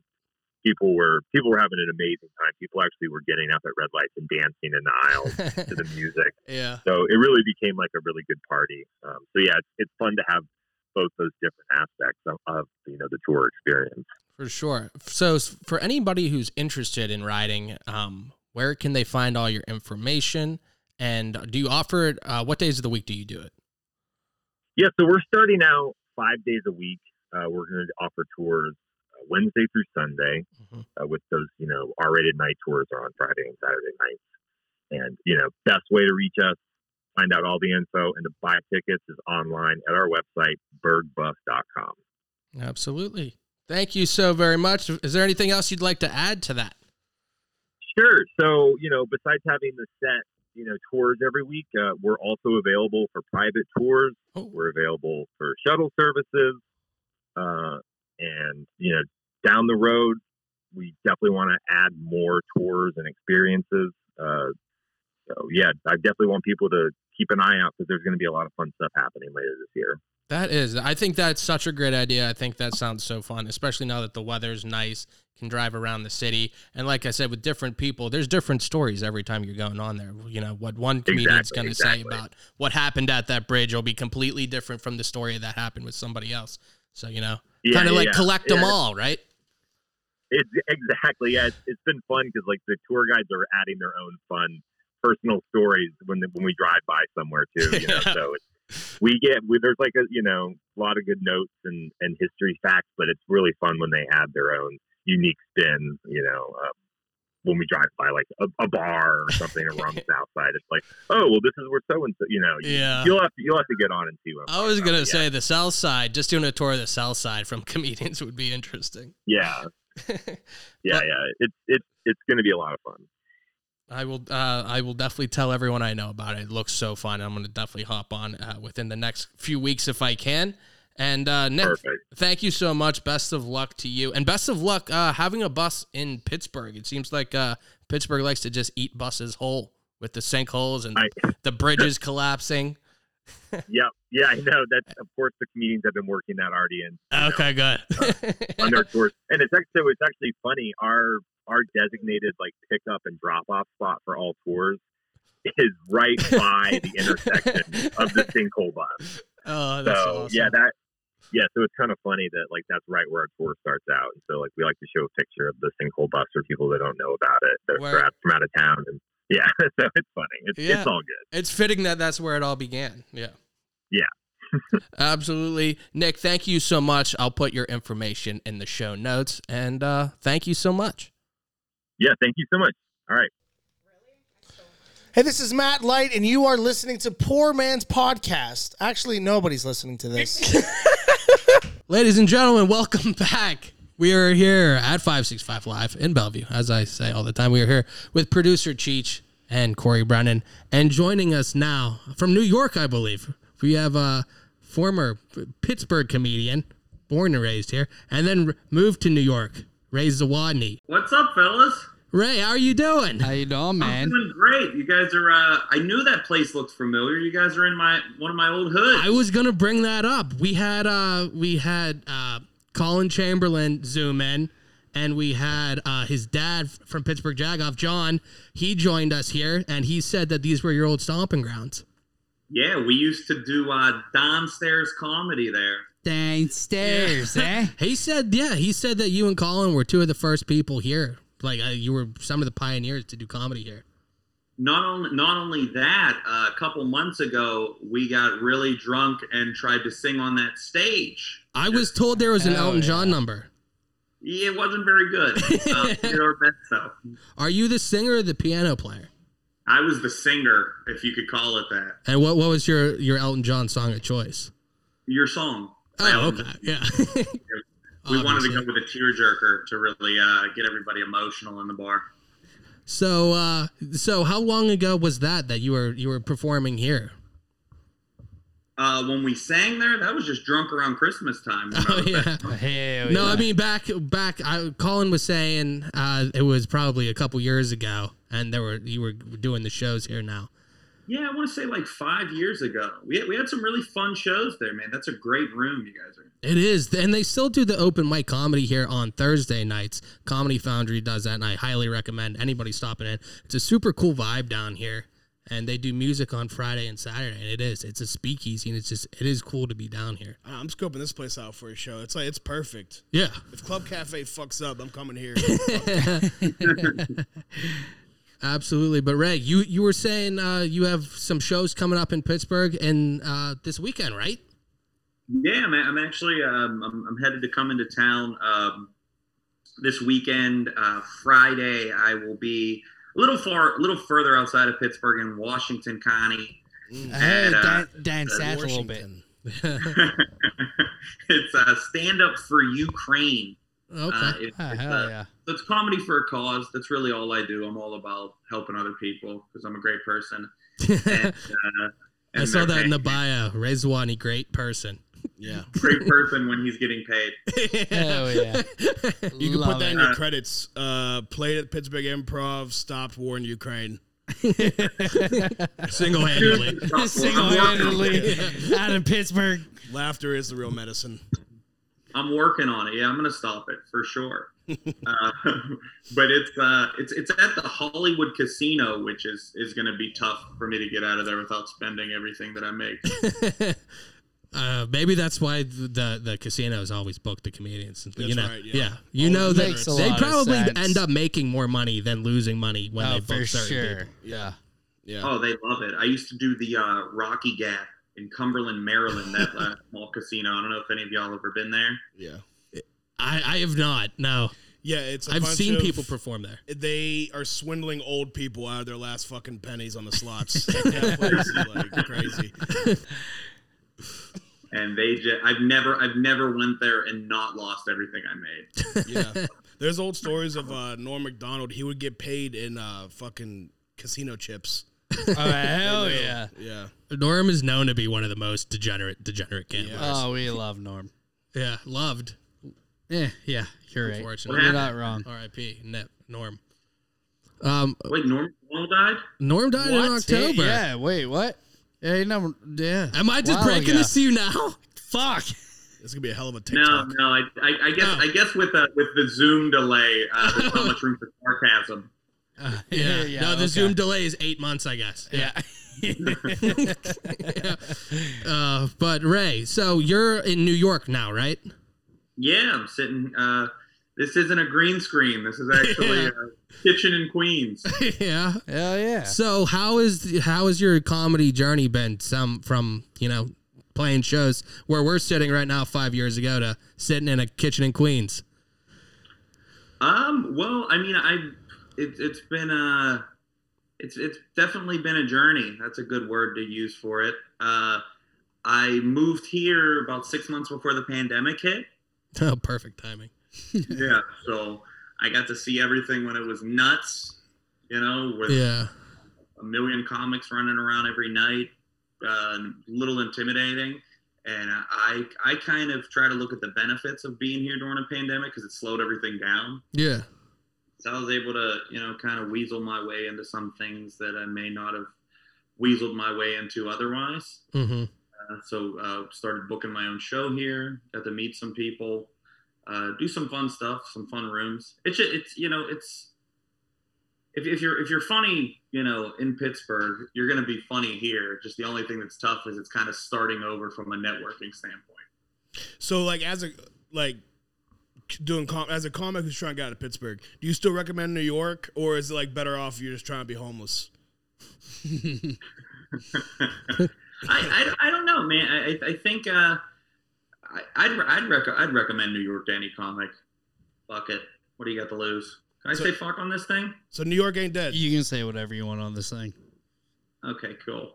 Speaker 7: people were people were having an amazing time. People actually were getting up at red lights and dancing in the aisles to the music.
Speaker 1: yeah.
Speaker 7: So it really became like a really good party. Um, so yeah, it's, it's fun to have both those different aspects of, of you know the tour experience.
Speaker 1: For sure. So, s- for anybody who's interested in riding, um, where can they find all your information? And do you offer it? Uh, what days of the week do you do it?
Speaker 7: Yeah, so we're starting out five days a week. Uh, we're going to offer tours uh, Wednesday through Sunday,
Speaker 1: Mhm.
Speaker 7: uh, with those you know R-rated night tours are on Friday and Saturday nights. And you know, best way to reach us find out all the info and to buy tickets is online at our website, bergbus.com.
Speaker 1: Absolutely. Thank you so very much. Is there anything else you'd like to add to that?
Speaker 7: Sure. So, you know, besides having the set, you know, tours every week, uh, we're also available for private tours.
Speaker 1: Oh.
Speaker 7: We're available for shuttle services. Uh, and, you know, down the road, we definitely want to add more tours and experiences. Uh, so, yeah, I definitely want people to keep an eye out because there's going to be a lot of fun stuff happening later this year.
Speaker 1: That is, I think that's such a great idea. I think that sounds so fun, especially now that the weather's nice, can drive around the city. And like I said, with different people, there's different stories every time you're going on there. You know, what one comedian's
Speaker 7: Exactly,
Speaker 1: going to
Speaker 7: exactly.
Speaker 1: say about what happened at that bridge will be completely different from the story that happened with somebody else. So, you know,
Speaker 7: Yeah,
Speaker 1: kind of like
Speaker 7: yeah,
Speaker 1: collect them
Speaker 7: yeah.
Speaker 1: all, right?
Speaker 7: It's exactly. Yeah, it's, it's been fun because like the tour guides are adding their own fun personal stories when when we drive by somewhere too. You know,
Speaker 1: Yeah.
Speaker 7: so it's, we get we, there's like a you know a lot of good notes and and history facts, but it's really fun when they add their own unique spin. You know. Uh, when we drive by like a, a bar or something and we're on the south side, it's like, oh well, this is where so and so. You know,
Speaker 1: Yeah.
Speaker 7: you'll have to you'll have to get on and see. What I'm
Speaker 1: I was
Speaker 7: talking
Speaker 1: going to
Speaker 7: about, Oh, yeah.
Speaker 1: say the South Side, just doing a tour of the South Side from comedians would be interesting.
Speaker 7: yeah, yeah, yeah. It's it's it's going to be a lot of fun.
Speaker 1: I will. Uh, I will definitely tell everyone I know about it. It looks so fun. I'm going to definitely hop on uh, within the next few weeks if I can. And uh, Nick,
Speaker 7: Perfect.
Speaker 1: thank you so much. Best of luck to you, and best of luck uh, having a bus in Pittsburgh. It seems like uh, Pittsburgh likes to just eat buses whole with the sinkholes and
Speaker 7: I-
Speaker 1: the bridges collapsing.
Speaker 7: Yep. Yeah, I know. That's of course the comedians have been working that already in
Speaker 1: Okay, good.
Speaker 7: on their tours. And it's actually it's actually funny. Our our designated like pickup and drop off spot for all tours is right by the intersection of the sinkhole bus.
Speaker 1: oh, that's
Speaker 7: So
Speaker 1: awesome.
Speaker 7: yeah, that yeah, so it's kind of funny that like that's right where our tour starts out. And so like we like to show a picture of the sinkhole bus for people that don't know about it. They're
Speaker 1: Where-
Speaker 7: they're out- from out of town and yeah, so it's funny. It's,
Speaker 1: Yeah.
Speaker 7: it's all good.
Speaker 1: It's fitting that that's where it all began. Yeah.
Speaker 7: Yeah.
Speaker 1: Absolutely. Nick, thank you so much. I'll put your information in the show notes. And uh, thank you so much.
Speaker 7: Yeah, thank you so much. All right.
Speaker 3: Hey, this is Matt Light, and you are listening to Poor Man's Podcast. Actually, nobody's listening to this.
Speaker 1: Ladies and gentlemen, welcome back. We are here at 565 Live in Bellevue. As I say all the time, we are here with producer Cheech and Corey Brennan. And joining us now from New York, I believe, we have a former Pittsburgh comedian, born and raised here, and then moved to New York, Ray Zawadney.
Speaker 8: What's up, fellas?
Speaker 1: Ray, how are you doing?
Speaker 9: How you doing, man?
Speaker 8: Doing great. You guys are. Uh, I knew that place looked familiar. You guys are in my one of my old hoods.
Speaker 1: I was gonna bring that up. We had uh we had uh Colin Chamberlain zoom in and we had uh his dad from Pittsburgh Jagoff, John, he joined us here and he said that these were your old stomping grounds.
Speaker 8: yeah, we used to do uh, downstairs comedy there.
Speaker 9: Downstairs, eh?
Speaker 1: He said yeah, he said that you and Colin were two of the first people here. Like uh, you were some of the pioneers to do comedy here.
Speaker 8: Not only not only that, uh, a couple months ago we got really drunk and tried to sing on that stage.
Speaker 1: I was told there was an
Speaker 9: Hell
Speaker 1: Elton
Speaker 9: yeah.
Speaker 1: John number.
Speaker 8: It wasn't very good. Uh, we did our best though.
Speaker 1: Are you the singer or the piano player?
Speaker 8: I was the singer, if you could call it that.
Speaker 1: And what what was your your Elton John song of choice?
Speaker 8: Your song.
Speaker 1: Oh, okay. Yeah.
Speaker 8: We wanted to
Speaker 1: Obviously.
Speaker 8: go with a tearjerker to really uh, get everybody emotional in the bar.
Speaker 1: So, uh, so how long ago was that that you were you were performing here?
Speaker 8: Uh, when we sang there, that was just drunk around Christmas time. when I
Speaker 1: Oh
Speaker 8: was
Speaker 1: yeah.
Speaker 9: Hell
Speaker 1: No,
Speaker 9: yeah.
Speaker 1: I mean back back. I, Colin was saying uh, it was probably a couple years ago, and there were you were doing the shows here now.
Speaker 8: Yeah, I want to say like five years ago. We had, we had some really fun shows there, man. That's a great room you guys are.
Speaker 1: It is, and they still do the open mic comedy here on Thursday nights. Comedy Foundry does that, and I highly recommend anybody stopping in. It's a super cool vibe down here, and they do music on Friday and Saturday. And it is, it's a speakeasy, and it's just it is cool to be down here.
Speaker 10: I'm scoping this place out for a show. It's like it's perfect.
Speaker 1: Yeah.
Speaker 10: If Club Cafe fucks up, I'm coming here.
Speaker 1: Absolutely, but Ray, you you were saying uh, you have some shows coming up in Pittsburgh and uh, this weekend, right?
Speaker 8: Yeah, man. I'm actually um, I'm, I'm headed to come into town um, this weekend. Uh, Friday, I will be a little far, a little further outside of Pittsburgh in Washington County.
Speaker 2: I heard
Speaker 8: at,
Speaker 2: Dan, Dan
Speaker 8: Mm-hmm. uh, uh,
Speaker 2: South a little bit.
Speaker 8: it's uh, Stand Up for Ukraine.
Speaker 2: Okay.
Speaker 8: Uh, it-
Speaker 2: Ah,
Speaker 8: it's,
Speaker 2: hell
Speaker 8: uh,
Speaker 2: yeah.
Speaker 8: so it's comedy for a cause. That's really all I do. I'm all about helping other people because I'm a great person.
Speaker 1: I
Speaker 8: And, uh, and
Speaker 1: saw
Speaker 8: they're
Speaker 1: that in the bio.
Speaker 8: paying-
Speaker 1: Rezwani, great person.
Speaker 2: Yeah.
Speaker 8: great person when he's getting paid.
Speaker 1: Hell yeah.
Speaker 3: You can
Speaker 1: Love
Speaker 3: put that
Speaker 1: it.
Speaker 3: in your credits. Uh, played at Pittsburgh Improv, stopped war in Ukraine. Single handedly.
Speaker 2: Single-handedly out of Pittsburgh.
Speaker 3: Laughter is the real medicine.
Speaker 8: I'm working on it. Yeah, I'm gonna stop it for sure. uh, but it's uh, it's it's at the Hollywood Casino, which is is gonna be tough for me to get out of there without spending everything that I make.
Speaker 1: Uh, maybe that's why the the casinos always book the comedians. you know,
Speaker 3: right, yeah.
Speaker 1: yeah. you know that
Speaker 2: Makes a
Speaker 1: they
Speaker 2: lot of
Speaker 1: probably
Speaker 2: sense.
Speaker 1: end up making more money than losing money when
Speaker 2: Oh,
Speaker 1: they book
Speaker 2: for
Speaker 1: certain
Speaker 2: sure.
Speaker 1: people.
Speaker 2: Yeah.
Speaker 3: Yeah.
Speaker 8: Oh, they love it. I used to do the uh, Rocky Gap in Cumberland, Maryland, that uh, small casino. I don't know if any of y'all ever been there.
Speaker 3: Yeah.
Speaker 1: I, I have not. No,
Speaker 3: Yeah, it's. i
Speaker 1: I've seen people perform there.
Speaker 3: They are swindling old people out of their last fucking pennies on the slots. that place is like crazy.
Speaker 8: And they just I've never I've never went there and not lost everything I made.
Speaker 3: Yeah. There's old stories of uh, Norm McDonald. He would get paid in uh, fucking casino chips.
Speaker 2: Oh, hell
Speaker 3: They will.
Speaker 2: yeah.
Speaker 3: Yeah.
Speaker 1: Norm is known to be one of the most degenerate degenerate gamblers.
Speaker 2: Oh, we love Norm.
Speaker 1: Yeah, loved.
Speaker 2: Yeah. Yeah. You're right.
Speaker 1: Unfortunately,
Speaker 2: You're not wrong.
Speaker 1: R.I.P. Nip Norm. Um,
Speaker 8: Wait, Norm McDonald died?
Speaker 1: Norm died in
Speaker 2: What?
Speaker 1: October.
Speaker 2: Yeah. Wait. What? Yeah. No, yeah.
Speaker 1: Am I just
Speaker 2: While
Speaker 1: breaking
Speaker 2: ago.
Speaker 1: this to you now? Fuck.
Speaker 3: It's gonna be a hell of a
Speaker 8: No,
Speaker 3: TikTok.
Speaker 8: no. I, I, I guess
Speaker 1: Oh.
Speaker 8: I guess with uh, with the Zoom delay, uh, there's not much room for sarcasm.
Speaker 2: Uh,
Speaker 1: Yeah. no, the
Speaker 2: okay.
Speaker 1: Zoom delay is eight months, I guess.
Speaker 2: Yeah.
Speaker 1: Yeah. Uh, but Ray, so you're in New York now, right?
Speaker 8: Yeah, I'm sitting. Uh, this isn't a green screen. This is actually
Speaker 1: Yeah.
Speaker 8: uh kitchen in Queens.
Speaker 1: yeah.
Speaker 2: Hell yeah.
Speaker 1: So how is how has your comedy journey been? Some from you know playing shows where we're sitting right now five years ago to sitting in a kitchen in Queens.
Speaker 8: Um. Well, I mean, I it, it's been a it's it's definitely been a journey. That's a good word to use for it. Uh, I moved here about six months before the pandemic hit.
Speaker 1: Oh, perfect timing.
Speaker 8: yeah. So I got to see everything when it was nuts. You know, with
Speaker 1: Yeah.
Speaker 8: a million comics running around every night, uh, a little intimidating. And I, I kind of try to look at the benefits of being here during a pandemic because it slowed everything down.
Speaker 1: Yeah.
Speaker 8: So I was able to, you know, kind of weasel my way into some things that I may not have weaseled my way into otherwise.
Speaker 1: Mm-hmm.
Speaker 8: Uh, so uh, started booking my own show here. Got to meet some people, uh, do some fun stuff, some fun rooms. It's ju- it's you know it's if, if you're if you're funny, you know, in Pittsburgh, you're gonna be funny here. Just the only thing that's tough is it's kind of starting over from a networking standpoint.
Speaker 3: So like as a like doing com- as a comic who's trying to get out of Pittsburgh, do you still recommend New York, or is it like better off you're just trying to be homeless?
Speaker 8: I, I, I don't know, man. I, I- I think uh, I, I'd re- I'd, rec- I'd recommend New York to any comic. Fuck it. What do you got to lose? Can I
Speaker 3: So-
Speaker 8: say fuck on this thing?
Speaker 3: So New York ain't dead.
Speaker 2: You can say whatever you want on this thing.
Speaker 8: Okay, cool.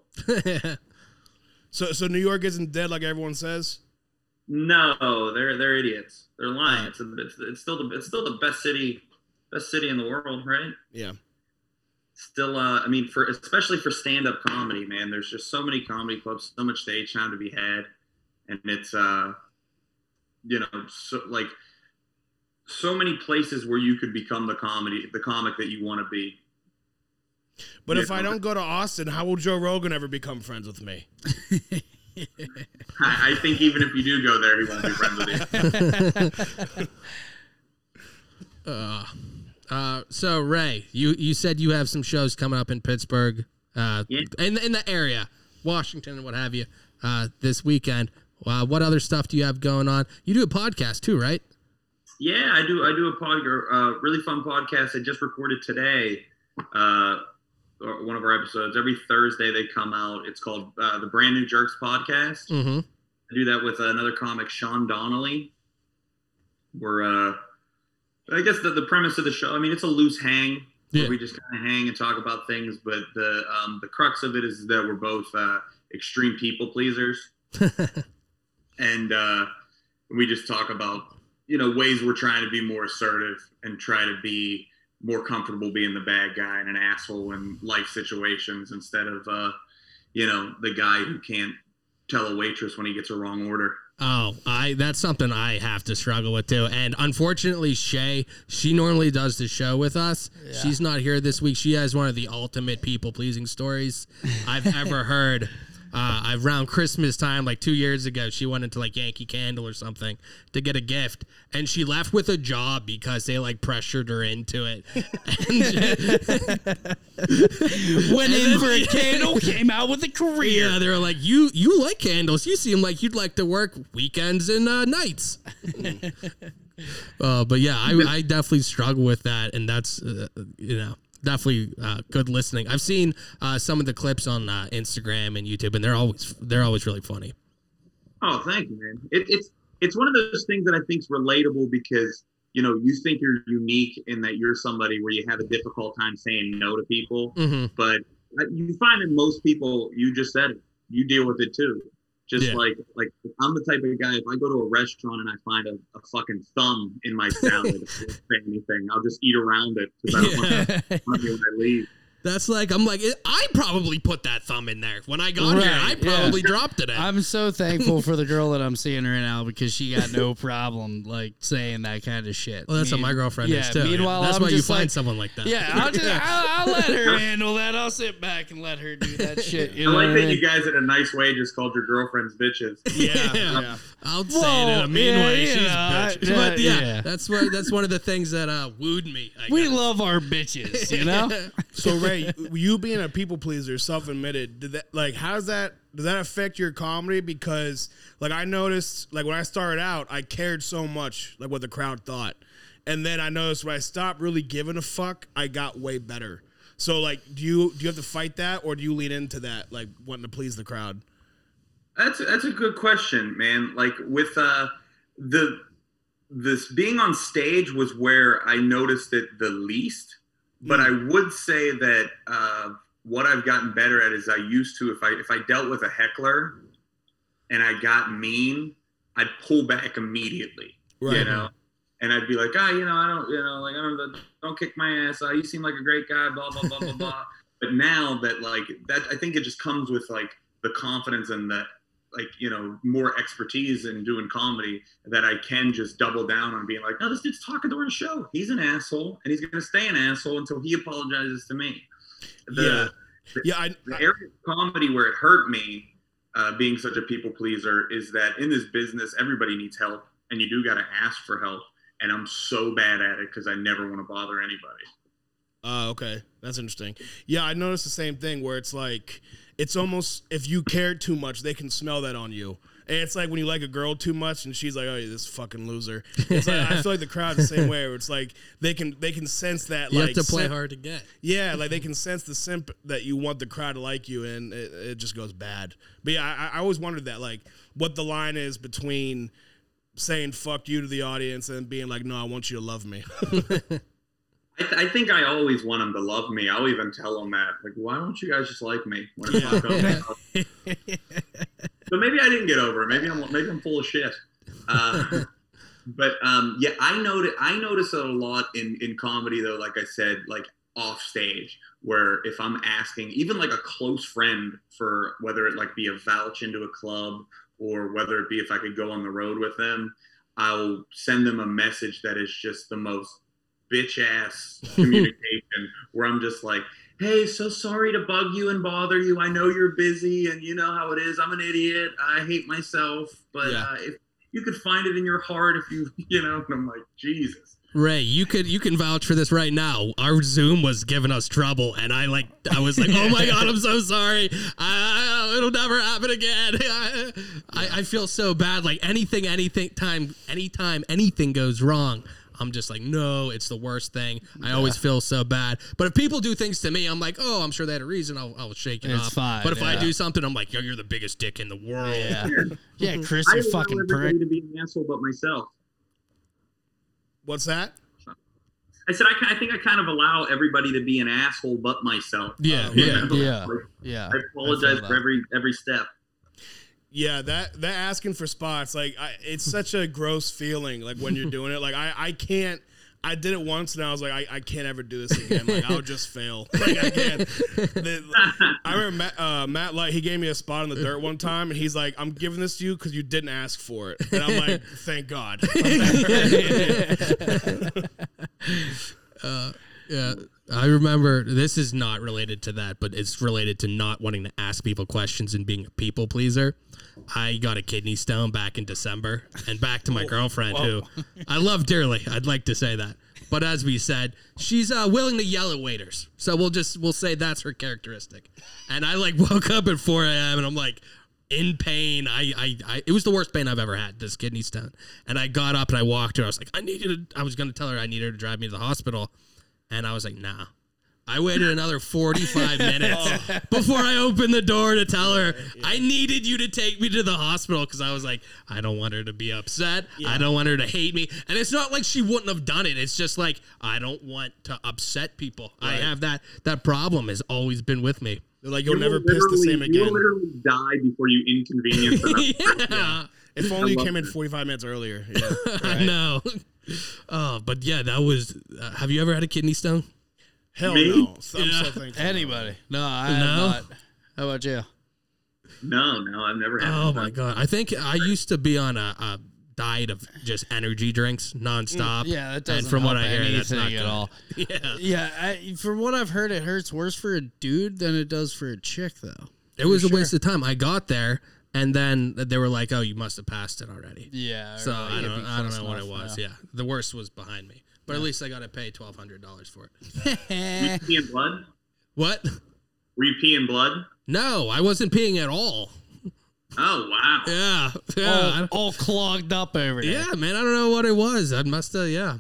Speaker 3: So so New York isn't dead like everyone says.
Speaker 8: No, they're they're idiots. They're lying. It's, a, it's, it's still the it's still the best city best city in the world, right?
Speaker 3: Yeah.
Speaker 8: Still, uh, I mean, for especially for stand up comedy, man. There's just so many comedy clubs, so much stage time to be had, and it's uh, you know, so, like so many places where you could become the comedy the comic that you want to be.
Speaker 3: But if I don't go to Austin, how will Joe Rogan ever become friends with me?
Speaker 8: I, I think even if you do go there, he won't be friends with you.
Speaker 1: Uh, uh, so Ray, you you said you have some shows coming up in Pittsburgh, uh,
Speaker 8: Yeah.
Speaker 1: in in the area, Washington and what have you, uh, this weekend. Uh, what other stuff do you have going on? You do a podcast too, right?
Speaker 8: Yeah, I do. I do a pod, uh, really fun podcast. I just recorded today, uh, or one of our episodes. Every Thursday they come out. It's called uh, the Brand New Jerks Podcast.
Speaker 1: Mm-hmm.
Speaker 8: I do that with another comic, Sean Donnelly. We're, uh, I guess the, the premise of the show. I mean, it's a loose hang. where we just kind of hang and talk about things. But the um, the crux of it is that we're both uh, extreme people pleasers, and uh, we just talk about you know ways we're trying to be more assertive and try to be more comfortable being the bad guy and an asshole in life situations instead of uh, you know the guy who can't tell a waitress when he gets a wrong order.
Speaker 1: Oh, I that's something I have to struggle with too. And unfortunately, Shay, she normally does the show with us. She's not here this week. She has one of the ultimate people pleasing stories I've ever heard. Uh, I- around Christmas time, like two years ago, she went into like Yankee Candle or something to get a gift, and she left with a job because they like pressured her into it.
Speaker 2: Went in
Speaker 1: then-
Speaker 2: for a candle, came out with a career.
Speaker 1: Yeah, they were like, "You you like candles? You seem like you'd like to work weekends and uh, nights." uh, but yeah, I, I definitely struggle with that, and that's uh, you know definitely uh, good listening. I've seen uh, some of the clips on uh, Instagram and YouTube, and they're always they're always really funny.
Speaker 8: Oh, thank you, man. It, it's it's one of those things that I think is relatable because you know you think you're unique in that you're somebody where you have a difficult time saying no to people,
Speaker 2: Mm-hmm.
Speaker 1: Mhm.
Speaker 8: but uh, you find that most people you just said it, you deal with it too. Just
Speaker 1: Yeah.
Speaker 8: like like I'm the type of guy if I go to a restaurant and I find a, a fucking thumb in my salad, I won't say anything. I'll just eat around it because I don't want to when I leave.
Speaker 1: That's like I'm like I probably put that thumb in there when I got here. I
Speaker 2: Right, yeah.
Speaker 1: probably dropped it.
Speaker 2: I'm so thankful for the girl that I'm seeing right now because she got no problem like saying that kind of shit.
Speaker 1: Well, that's what
Speaker 2: Mean-
Speaker 1: my girlfriend is, too.
Speaker 2: Meanwhile,
Speaker 1: That's
Speaker 2: I'm
Speaker 1: why you
Speaker 2: just
Speaker 1: find
Speaker 2: like-
Speaker 1: someone like that.
Speaker 2: Yeah, I'll, just, I'll, I'll let her handle that. I'll sit back and let her do that shit. You
Speaker 8: I
Speaker 2: know
Speaker 8: like
Speaker 2: what
Speaker 8: that
Speaker 2: I mean?
Speaker 8: you guys in a nice way just called your girlfriends bitches.
Speaker 2: Yeah.
Speaker 1: Yeah. I'll say it in
Speaker 2: Well,
Speaker 1: a mean
Speaker 2: yeah,
Speaker 1: way.
Speaker 2: you
Speaker 1: She's
Speaker 2: know, I-
Speaker 1: bitch. but yeah,
Speaker 2: yeah.
Speaker 1: that's why that's one of the things that uh, wooed me. I
Speaker 2: we love our bitches, you know.
Speaker 3: So Ray, you being a people pleaser, self admitted, did that like how does that does that affect your comedy? Because like I noticed, like when I started out, I cared so much like what the crowd thought, and then I noticed when I stopped really giving a fuck, I got way better. So like, do you do you have to fight that, or do you lean into that, like wanting to please the crowd?
Speaker 8: That's that's a good question, man. Like with uh, the this being on stage was where I noticed it the least. But I would say that uh, what I've gotten better at is I used to if I if I dealt with a heckler and I got mean, I'd pull back immediately. You
Speaker 11: Right.
Speaker 8: know. And I'd be like, ah, you know, I don't, you know, like, I don't, don't kick my ass. Ah, you seem like a great guy. Blah blah blah blah blah. But now that like that, I think it just comes with like the confidence and the like you know more expertise in doing comedy that I can just double down on being like, no, this dude's talking during the show. He's an asshole, and he's gonna stay an asshole until he apologizes to me. The, yeah,
Speaker 3: yeah. I,
Speaker 8: the area of comedy where it hurt me, uh, being such a people pleaser, is that in this business, everybody needs help, and you do gotta ask for help. And I'm so bad at it because I never want to bother anybody.
Speaker 3: Oh, okay. That's interesting. Yeah, I noticed the same thing where it's like it's almost if you care too much, they can smell that on you. And it's like when you like a girl too much and she's like, Oh, yeah, this fucking loser. It's like I feel like the crowd's the same way where it's like they can they can sense that
Speaker 1: You have
Speaker 3: like
Speaker 1: to play hard to get.
Speaker 3: Yeah, like they can sense the simp that you want the crowd to like you and it, it just goes bad. But yeah, I, I always wondered that like what the line is between saying fuck you to the audience and being like, No, I want you to love me.
Speaker 8: I, th- I think I always want them to love me. I'll even tell them that. Like, why don't you guys just like me? When it's not going well? but maybe I didn't get over it. Maybe I'm maybe I'm full of shit. Uh, but um, yeah, I notice I notice it a lot in in comedy though. Like I said, like off stage, where if I'm asking even like a close friend for whether it like be a vouch into a club or whether it be if I could go on the road with them, I'll send them a message that is just the most bitch ass communication where I'm just like, hey, so sorry to bug you and bother you. I know you're busy and you know how it is. I'm an idiot. I hate myself. But
Speaker 1: Yeah.
Speaker 8: uh, if you could find it in your heart, if you, you know, and I'm like, Jesus.
Speaker 1: Ray, you could you can vouch for this right now. Our Zoom was giving us trouble, and I like I was like, oh my god, I'm so sorry. I, it'll never happen again. I, I, I feel so bad. Like anything, anything time, anytime anything goes wrong, I'm just like, no, it's the worst thing. I always
Speaker 2: Yeah.
Speaker 1: feel so bad. But if people do things to me, I'm like, oh, I'm sure they had a reason. I'll, I'll shake it
Speaker 2: It's
Speaker 1: off.
Speaker 2: fine,
Speaker 1: But if I
Speaker 2: yeah.
Speaker 1: do something, I'm like, yo, you're the biggest dick in the world.
Speaker 2: Yeah.
Speaker 8: I allow everybody to be an asshole but myself.
Speaker 3: What's that?
Speaker 8: I said, I, ki- I think I kind of allow everybody to be an asshole but myself.
Speaker 2: Yeah,
Speaker 8: You
Speaker 2: yeah,
Speaker 8: know?
Speaker 2: yeah,
Speaker 8: Like,
Speaker 2: yeah.
Speaker 8: I apologize
Speaker 2: that.
Speaker 8: for every every step.
Speaker 3: Yeah, that that asking for spots, like I, it's such a gross feeling. Like when you're doing it, like I I can't. I did it once and I was like, I, I can't ever do this again. Like I'll just fail. Like I can't. The- I remember Matt, uh, Matt Light. He gave me a spot in the dirt one time, and he's like, "I'm giving this to you because you didn't ask for it." And I'm like, "Thank God."
Speaker 1: uh, yeah, I remember this is not related to that, but it's related to not wanting to ask people questions and being a people pleaser. I got a kidney stone back in December, and back to my girlfriend, who I love dearly. I'd like to say that, but as we said, she's uh, willing to yell at waiters, so we'll just we'll say that's her characteristic. And I like woke up at 4 a.m. and I'm like in pain. I, I, I, it was the worst pain I've ever had. This kidney stone. And I got up and I walked her. I was like, I need you to. I was gonna tell her I need her to drive me to the hospital, and I was like, nah. I waited another 45 minutes
Speaker 8: Oh.
Speaker 1: before I opened the door to tell her I needed you to take me to the hospital because I was like, I don't want her to be upset. I don't want her to hate me. And it's not like she wouldn't have done it. It's just like I don't want to upset people. I have that that problem has always been with me.
Speaker 3: They're like
Speaker 8: You will literally- You will literally die before you inconvenience another person.
Speaker 3: If only
Speaker 8: I
Speaker 3: you
Speaker 8: love
Speaker 3: came in
Speaker 8: that.
Speaker 3: 45 minutes earlier. Yeah.
Speaker 1: I know. Oh, but yeah, that was. Uh, have you ever had a kidney stone?
Speaker 3: Hell
Speaker 1: Me?
Speaker 3: no. So- I'm
Speaker 2: Yeah.
Speaker 3: so thankful.
Speaker 2: Anybody? No, I have
Speaker 1: No?
Speaker 2: not. How about you?
Speaker 8: No, no, I've never had.
Speaker 1: Oh
Speaker 8: that.
Speaker 1: my god! I think I used to be on a, a diet of just energy drinks nonstop.
Speaker 2: Mm, Yeah, that
Speaker 1: And
Speaker 2: doesn't
Speaker 1: from what
Speaker 2: help
Speaker 1: I hear, that's
Speaker 2: anything
Speaker 1: not
Speaker 2: at
Speaker 1: good.
Speaker 2: all.
Speaker 1: Yeah,
Speaker 2: Yeah, I, from what I've heard, it hurts worse for a dude than it does for a chick, though.
Speaker 1: it was a waste of time. I got there, and then they were like, "Oh, you must have passed it already."
Speaker 2: Yeah,
Speaker 1: So
Speaker 2: or
Speaker 1: I
Speaker 2: it'd
Speaker 1: don't,
Speaker 2: be
Speaker 1: I don't
Speaker 2: close
Speaker 1: know what it
Speaker 2: enough,
Speaker 1: was.
Speaker 2: yeah.
Speaker 1: Yeah, the worst was behind me, but at least I got to pay twelve hundred dollars for it.
Speaker 8: Were you peeing blood?
Speaker 1: What?
Speaker 8: Were you peeing blood?
Speaker 1: No, I wasn't peeing at all.
Speaker 8: Oh wow.
Speaker 1: Yeah, yeah,
Speaker 2: all, all clogged up over there.
Speaker 1: yeah, man. I don't know what it was. I must have. Yeah,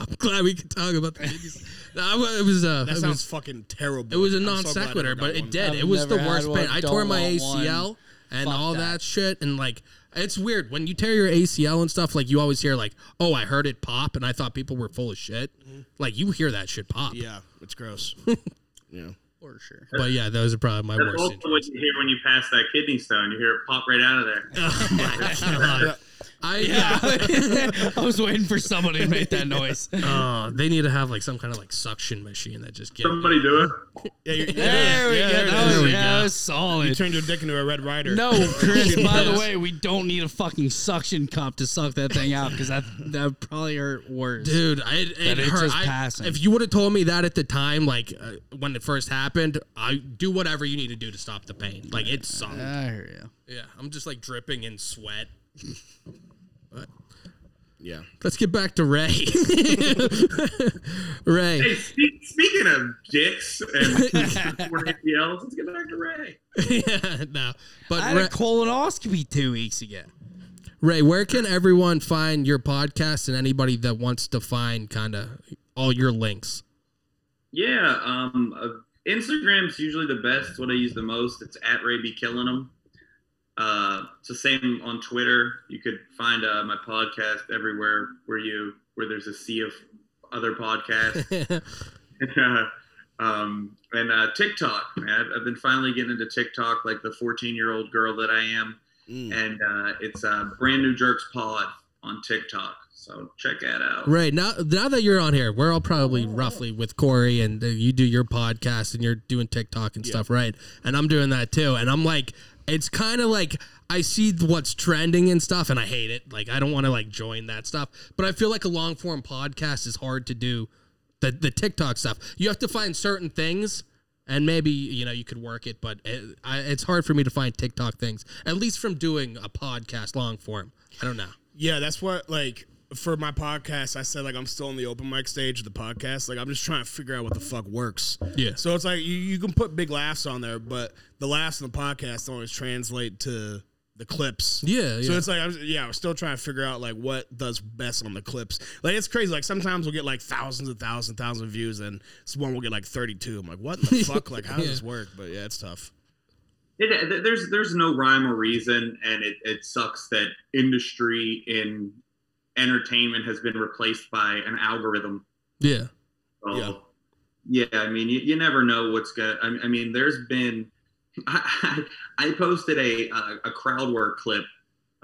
Speaker 1: I'm glad we could talk about the kidney stone. No, I wa- it was. Uh,
Speaker 3: That
Speaker 1: it
Speaker 3: sounds
Speaker 1: was,
Speaker 3: fucking terrible.
Speaker 1: It was a
Speaker 3: I'm so
Speaker 1: non
Speaker 3: glad I
Speaker 1: sequitur,
Speaker 3: got
Speaker 1: but it
Speaker 3: one.
Speaker 1: did.
Speaker 2: I've
Speaker 1: it was the
Speaker 2: never had
Speaker 1: worst pain.
Speaker 2: one.
Speaker 1: I
Speaker 2: Don't
Speaker 1: tore my
Speaker 2: want one.
Speaker 1: ACL and
Speaker 2: Fuck
Speaker 1: all that.
Speaker 2: that.
Speaker 1: shit, and like it's weird when you tear your ACL and stuff. Like you always hear like, "Oh, I heard it pop," and I thought people were full of shit.
Speaker 2: Mm-hmm.
Speaker 1: Like you hear that shit pop.
Speaker 3: Yeah, it's gross. yeah.
Speaker 2: For sure.
Speaker 1: But yeah, those are probably my
Speaker 8: That's
Speaker 1: worst.
Speaker 8: also
Speaker 1: injuries.
Speaker 8: what you hear when you pass that kidney stone. You hear it pop right out of there.
Speaker 1: Oh my god. I
Speaker 2: I was waiting for somebody to make that noise.
Speaker 1: Oh, they need to have like some kind of like suction machine that just gets
Speaker 8: Somebody do it.
Speaker 3: Yeah, you,
Speaker 2: There we
Speaker 3: yeah,
Speaker 2: go.
Speaker 3: it
Speaker 2: That
Speaker 3: is.
Speaker 2: was,
Speaker 1: we
Speaker 2: yeah, that
Speaker 1: go.
Speaker 2: was
Speaker 3: You
Speaker 2: solid.
Speaker 3: turned your dick into a red rider.
Speaker 2: No, Chris. by the way, we don't need a fucking suction cup to suck that thing out because that that would probably hurt worse.
Speaker 1: Dude, I, it,
Speaker 2: That it's
Speaker 1: hurt.
Speaker 2: just
Speaker 1: I-
Speaker 2: passing.
Speaker 1: If you would have told me that at the time, like uh, when it first happened, I do whatever you need to do to stop the pain. Like it sucked.
Speaker 2: I hear you.
Speaker 1: Yeah, I'm just like dripping in sweat. but
Speaker 3: Yeah.
Speaker 1: let's get back to Ray. Ray,
Speaker 8: Hey, spe- speaking of dicks and ACLs, let's get back to Ray.
Speaker 1: yeah, no,
Speaker 2: I
Speaker 1: but
Speaker 2: had
Speaker 1: Ray,
Speaker 2: a colonoscopy two weeks ago.
Speaker 1: Ray, where can everyone find your podcast and anybody that wants to find kind of all your links?
Speaker 8: Yeah, um, uh, Instagram's usually the best. It's what I use the most. It's at Ray B killing 'em. Uh, it's the same on Twitter. You could find uh, my podcast everywhere where you where there's a sea of other podcasts. um, and uh, TikTok, man, I've, I've been finally getting into TikTok, like the 14 year old girl that I am.
Speaker 3: Mm.
Speaker 8: And uh, it's uh, brand new jerks pod on TikTok. So check that out.
Speaker 1: Ray, now now that you're on here, we're all probably roughly with Corey, and uh, you do your podcast and you're doing TikTok and stuff, right? And I'm doing that too, and I'm like, it's kind of like I see what's trending and stuff, and I hate it. Like I don't want to like join that stuff, but I feel like a long form podcast is hard to do. The the TikTok stuff, you have to find certain things. And maybe you know you could work it, but it, I, it's hard for me to find TikTok things. At least from doing a podcast long form, I don't know.
Speaker 3: Yeah, that's what like for my podcast. I said like I'm still in the open mic stage of the podcast. Like I'm just trying to figure out what the fuck works.
Speaker 1: Yeah.
Speaker 3: So it's like you, you can put big laughs on there, but the laughs in the podcast don't always translate to the clips.
Speaker 1: Yeah,
Speaker 3: So
Speaker 1: yeah.
Speaker 3: it's like I'm yeah, I'm still trying to figure out like what does best on the clips. Like it's crazy. Like sometimes we'll get like thousands and thousands and thousands of views, and this one will get like 32. I'm like, what the fuck? Like how does this work? But yeah, it's tough.
Speaker 8: It, th- there's there's no rhyme or reason, and it, it sucks that industry in entertainment has been replaced by an algorithm.
Speaker 6: Yeah.
Speaker 8: So, yeah. I mean, you, you never know what's gonna. I, I mean, there's been. I, I posted a uh, a crowd work clip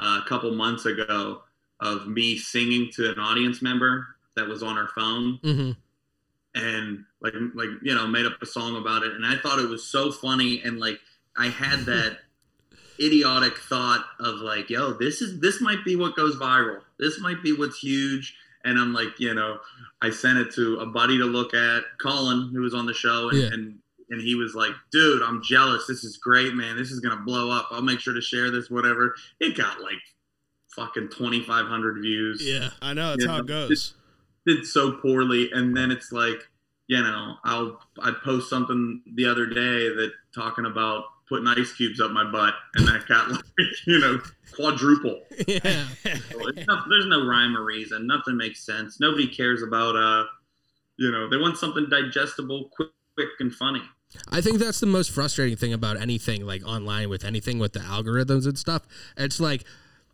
Speaker 8: uh, a couple months ago of me singing to an audience member that was on her phone
Speaker 6: Mm-hmm.
Speaker 8: and like like you know made up a song about it and i thought it was so funny and like i had that idiotic thought of like yo this is this might be what goes viral this might be what's huge and i'm like you know i sent it to a buddy to look at colin who was on the show and,
Speaker 6: Yeah.
Speaker 8: and and he was like dude i'm jealous this is great man this is gonna blow up i'll make sure to share this whatever it got like fucking 2500 views
Speaker 3: Yeah, I know. That's
Speaker 8: You
Speaker 3: how it
Speaker 8: know,
Speaker 3: goes.
Speaker 8: did so poorly and then it's like you know i'll i post something the other day that talking about putting ice cubes up my butt and that got like you know quadruple
Speaker 6: yeah
Speaker 8: So it's not- there's no rhyme or reason nothing makes sense nobody cares about uh you know they want something digestible quick quick and funny
Speaker 6: I think that's the most frustrating thing about anything like online with anything with the algorithms and stuff. It's like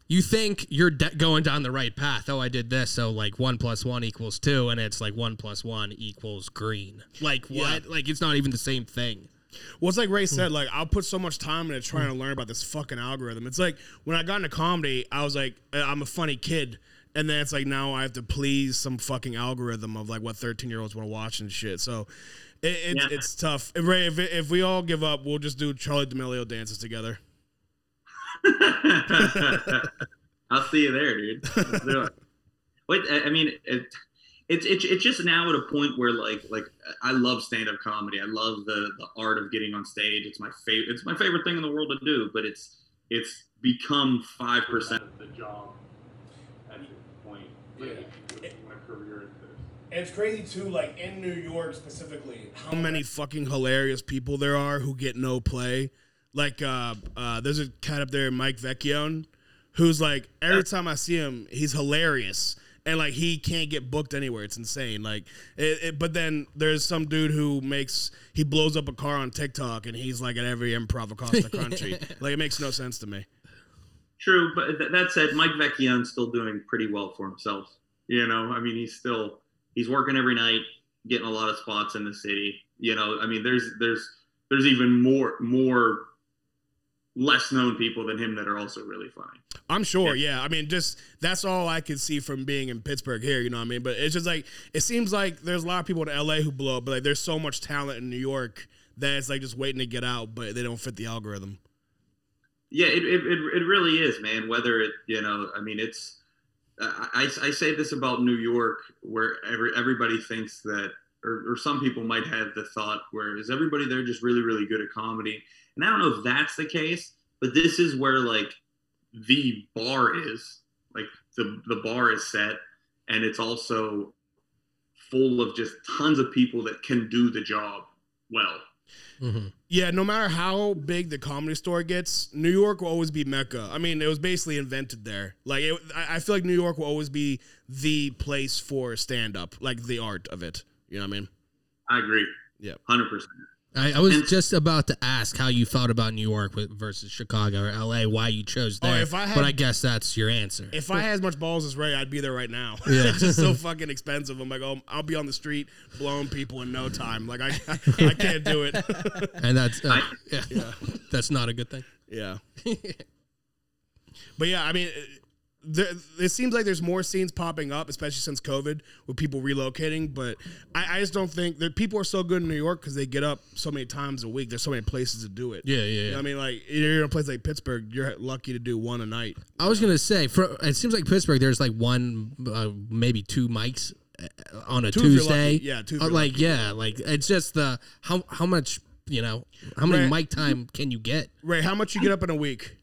Speaker 6: you think you're de- going down the right path. Oh, I did this, so like one plus one equals two, and it's like one plus one equals green. Like what? Like it's not even the same thing.
Speaker 3: Well, it's like Ray said, like I'll put so much time into trying to learn about this fucking algorithm. It's like when I got into comedy, I was like, uh, I'm a funny kid, and then it's like now I have to please some fucking algorithm of like what 13 year olds want to watch and shit. So it, it's
Speaker 8: Yeah.
Speaker 3: it's tough. And Ray, if, if we all give up, we'll just do Charlie D'Amelio dances together.
Speaker 8: I'll see you there, dude. Let's do it. Wait, I I mean, it, it's it's it's just now at a point where like like I love stand up comedy. I love the the art of getting on stage. It's my favorite. It's my favorite thing in the world to do. But it's it's become five percent of the job at this point.
Speaker 3: And it's crazy too, like in New York specifically, how many fucking hilarious people there are who get no play. Like uh, uh there's a cat up there, Mike Vecchione, who's like every time I see him, he's hilarious. And like he can't get booked anywhere. It's insane. Like it, it but then there's some dude who makes he blows up a car on TikTok and he's like at every improv across the country. like it makes no sense to me.
Speaker 8: True, but th- that said, Mike Vecchione's still doing pretty well for himself. You know, I mean, he's still he's working every night, getting a lot of spots in the city. You know, I mean, there's there's there's even more more less known people than him that are also really funny.
Speaker 3: I'm sure, yeah. I mean, just that's all I could see from being in Pittsburgh here, you know what I mean? But it's just like it seems like there's a lot of people in LA who blow up, but like there's so much talent in New York that it's like just waiting to get out, but they don't fit the algorithm.
Speaker 8: Yeah, it, it, it, it really is, man. Whether it, you know, I mean, it's, I, I I say this about New York where every, everybody thinks that, or, or some people might have the thought where is everybody there just really, really good at comedy? And I don't know if that's the case, but this is where like the bar is, like the, the bar is set and it's also full of just tons of people that can do the job well.
Speaker 6: Mm-hmm.
Speaker 3: Yeah, no matter how big the comedy store gets, New York will always be Mecca. I mean, it was basically invented there. Like, it, I I feel like New York will always be the place for stand up, like the art of it. You know what I mean?
Speaker 8: I agree.
Speaker 3: Yeah.
Speaker 8: 100%.
Speaker 6: I, I was just about to ask how you felt about New York with, versus Chicago or LA, why you chose
Speaker 3: Oh,
Speaker 6: there.
Speaker 3: if I had-
Speaker 6: but I guess that's your answer.
Speaker 3: If I had as much balls as Ray, I'd be there right now.
Speaker 6: Yeah.
Speaker 3: it's just so fucking expensive. I'm like, oh, I'll be on the street blowing people in no time. Like I, I can't do it.
Speaker 6: and that's uh, yeah, that's not a good thing.
Speaker 3: yeah. But yeah, I mean, there, it seems like there's more scenes popping up, especially since COVID, with people relocating. But I, I just don't think that people are so good in New York because they get up so many times a week. There's so many places to do it.
Speaker 6: Yeah, yeah,
Speaker 3: You know
Speaker 6: yeah.
Speaker 3: what I mean, like you're in a place like Pittsburgh, you're lucky to do one a night.
Speaker 6: I was gonna say, for, it seems like Pittsburgh. There's like one, uh, maybe two mics uh, on a
Speaker 3: Two if you're
Speaker 6: Tuesday.
Speaker 3: lucky. Yeah, two if
Speaker 6: Uh,
Speaker 3: you're
Speaker 6: like
Speaker 3: lucky.
Speaker 6: yeah, like it's just the how how much you know how many
Speaker 3: Right.
Speaker 6: mic time can you get?
Speaker 3: Ray, how much you get up in a week?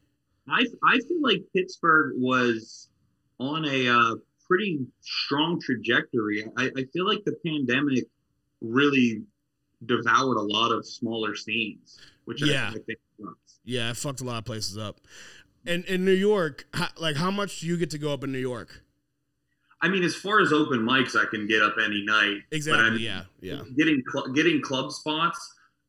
Speaker 8: I, I feel like Pittsburgh was on a uh, pretty strong trajectory. I, I feel like the pandemic really devoured a lot of smaller scenes, which
Speaker 3: Yeah.
Speaker 8: I, I think sucks.
Speaker 3: Yeah, it fucked a lot of places up. And in New York, how, like how much do you get to go up in New York?
Speaker 8: I mean, as far as open mics, I can get up any night.
Speaker 3: Exactly,
Speaker 8: I mean,
Speaker 3: yeah, yeah.
Speaker 8: Getting cl- getting club spots.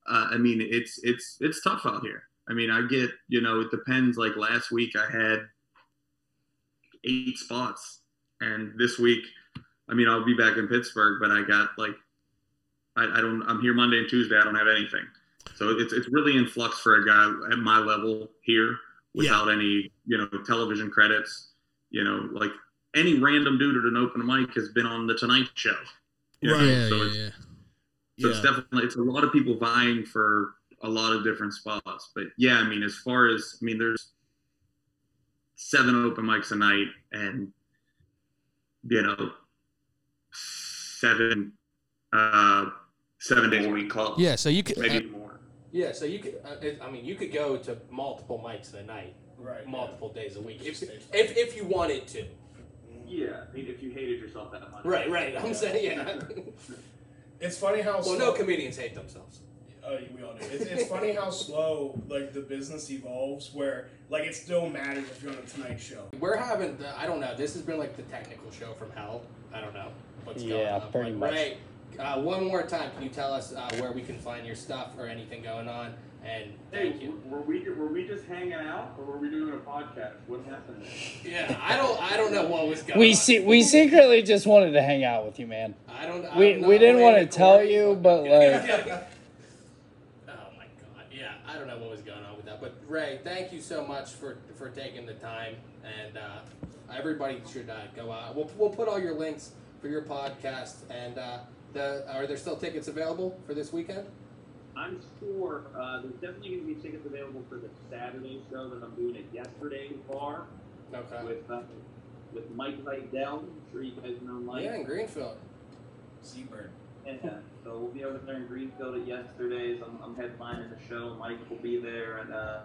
Speaker 8: Uh, I mean, it's it's it's tough out here. I mean, I get you know it depends. Like last week, I had eight spots, and this week, I mean, I'll be back in Pittsburgh, but I got like, I, I don't. I'm here Monday and Tuesday. I don't have anything, so it's it's really in flux for a guy at my level here without any you know television credits. You know, like any random dude at an open mic has been on the Tonight Show. you know,
Speaker 12: Right. Yeah,
Speaker 8: so
Speaker 12: yeah,
Speaker 8: it's, So it's
Speaker 12: Yeah.
Speaker 8: definitely it's a lot of people vying for a lot of different spots. But yeah, I mean, as far as I mean, there's seven open mics a night, and you know, seven uh, seven days a week club.
Speaker 13: Yeah, so you could-
Speaker 8: maybe
Speaker 13: uh,
Speaker 8: more.
Speaker 1: Yeah, so you could. Uh, it, I mean, you could go to multiple mics in a night, right? Multiple days a week, if, if if you wanted to.
Speaker 8: Yeah, I mean, if you hated yourself that much.
Speaker 1: Right, right. I'm saying, yeah.
Speaker 3: It's funny how
Speaker 1: Well, no
Speaker 3: slow-
Speaker 1: comedians hate themselves.
Speaker 3: Oh, we all do. It's, it's funny how slow like the business evolves. Where like it still matters if you're on the Tonight Show.
Speaker 1: We're having. The, I don't know. This has been like the technical show from hell. I don't know what's going
Speaker 3: Yeah,
Speaker 1: on.
Speaker 3: pretty
Speaker 1: But
Speaker 3: much.
Speaker 1: Renee, uh, one more time, can you tell us uh, where we can find your stuff or anything going on? And thank you.
Speaker 8: Were we were we just hanging out, or were we doing a podcast? What happened?
Speaker 1: Yeah, I don't. I don't know what was going.
Speaker 2: We
Speaker 1: on.
Speaker 2: see. We secretly just wanted to hang out with you, man.
Speaker 1: I don't. I'm
Speaker 2: We
Speaker 1: not
Speaker 2: we didn't
Speaker 1: aware
Speaker 2: want to
Speaker 1: that
Speaker 2: tell you, but like,
Speaker 1: Yeah. oh my god. Yeah, I don't know what was going on with that. But Ray, thank you so much for for taking the time, and uh, everybody should uh, go out. We'll we'll put all your links for your podcast, and uh, the are there still tickets available for this weekend?
Speaker 14: I'm sure uh, there's definitely going to be tickets available for the Saturday show that I'm doing at Yesterday Bar.
Speaker 1: Okay.
Speaker 14: With uh, with Mike Lydell. I'm sure you guys know Mike.
Speaker 1: Yeah, in Greenfield.
Speaker 14: Seabird. Yeah, so we'll be over there in Greenfield at Yesterday's. I'm, I'm headlining the show. Mike will be there, and uh,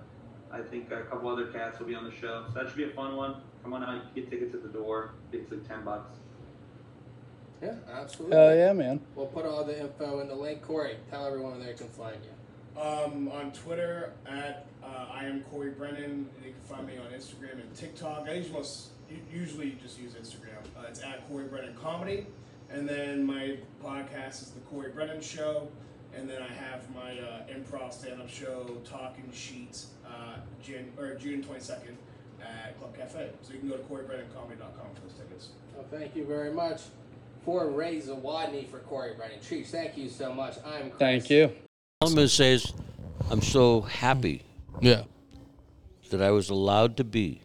Speaker 14: I think a couple other cats will be on the show. So that should be a fun one. Come on out. You can get tickets at the door. It's like 10 bucks.
Speaker 1: Yeah, absolutely.
Speaker 2: hell yeah, man.
Speaker 1: We'll put all the info in the link. Corey, tell everyone where they can find you.
Speaker 3: Um, on Twitter at uh, I am Corey Brennan. And you can find me on Instagram and TikTok. I usually most, u- usually just use Instagram. Uh, it's at Corey Brennan Comedy, and then my podcast is the Corey Brennan Show, and then I have my uh, improv stand-up show Talking Sheets, uh, Jan- or June twenty second at Club Cafe. So you can go to CoreyBrennanComedy.com for those tickets.
Speaker 1: Well, thank you very much for Ray Zawadny for Corey Brennan. Chiefs, thank you so much. I'm
Speaker 2: Thank you.
Speaker 15: All I'm going to say is, I'm so happy.
Speaker 6: Yeah.
Speaker 15: That I was allowed to be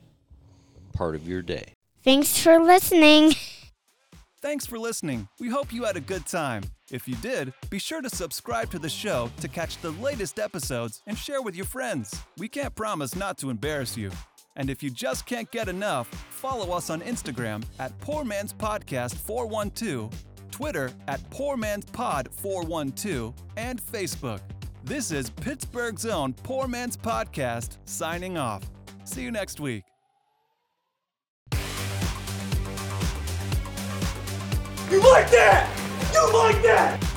Speaker 15: part of your day.
Speaker 16: Thanks for listening.
Speaker 17: Thanks for listening. We hope you had a good time. If you did, be sure to subscribe to the show to catch the latest episodes and share with your friends. We can't promise not to embarrass you. And if you just can't get enough, follow us on Instagram at Poor Man's Podcast 412, Twitter at Poor Man's Pod 412, and Facebook. This is Pittsburgh's own Poor Man's Podcast signing off. See you next week.
Speaker 18: You like that? You like that?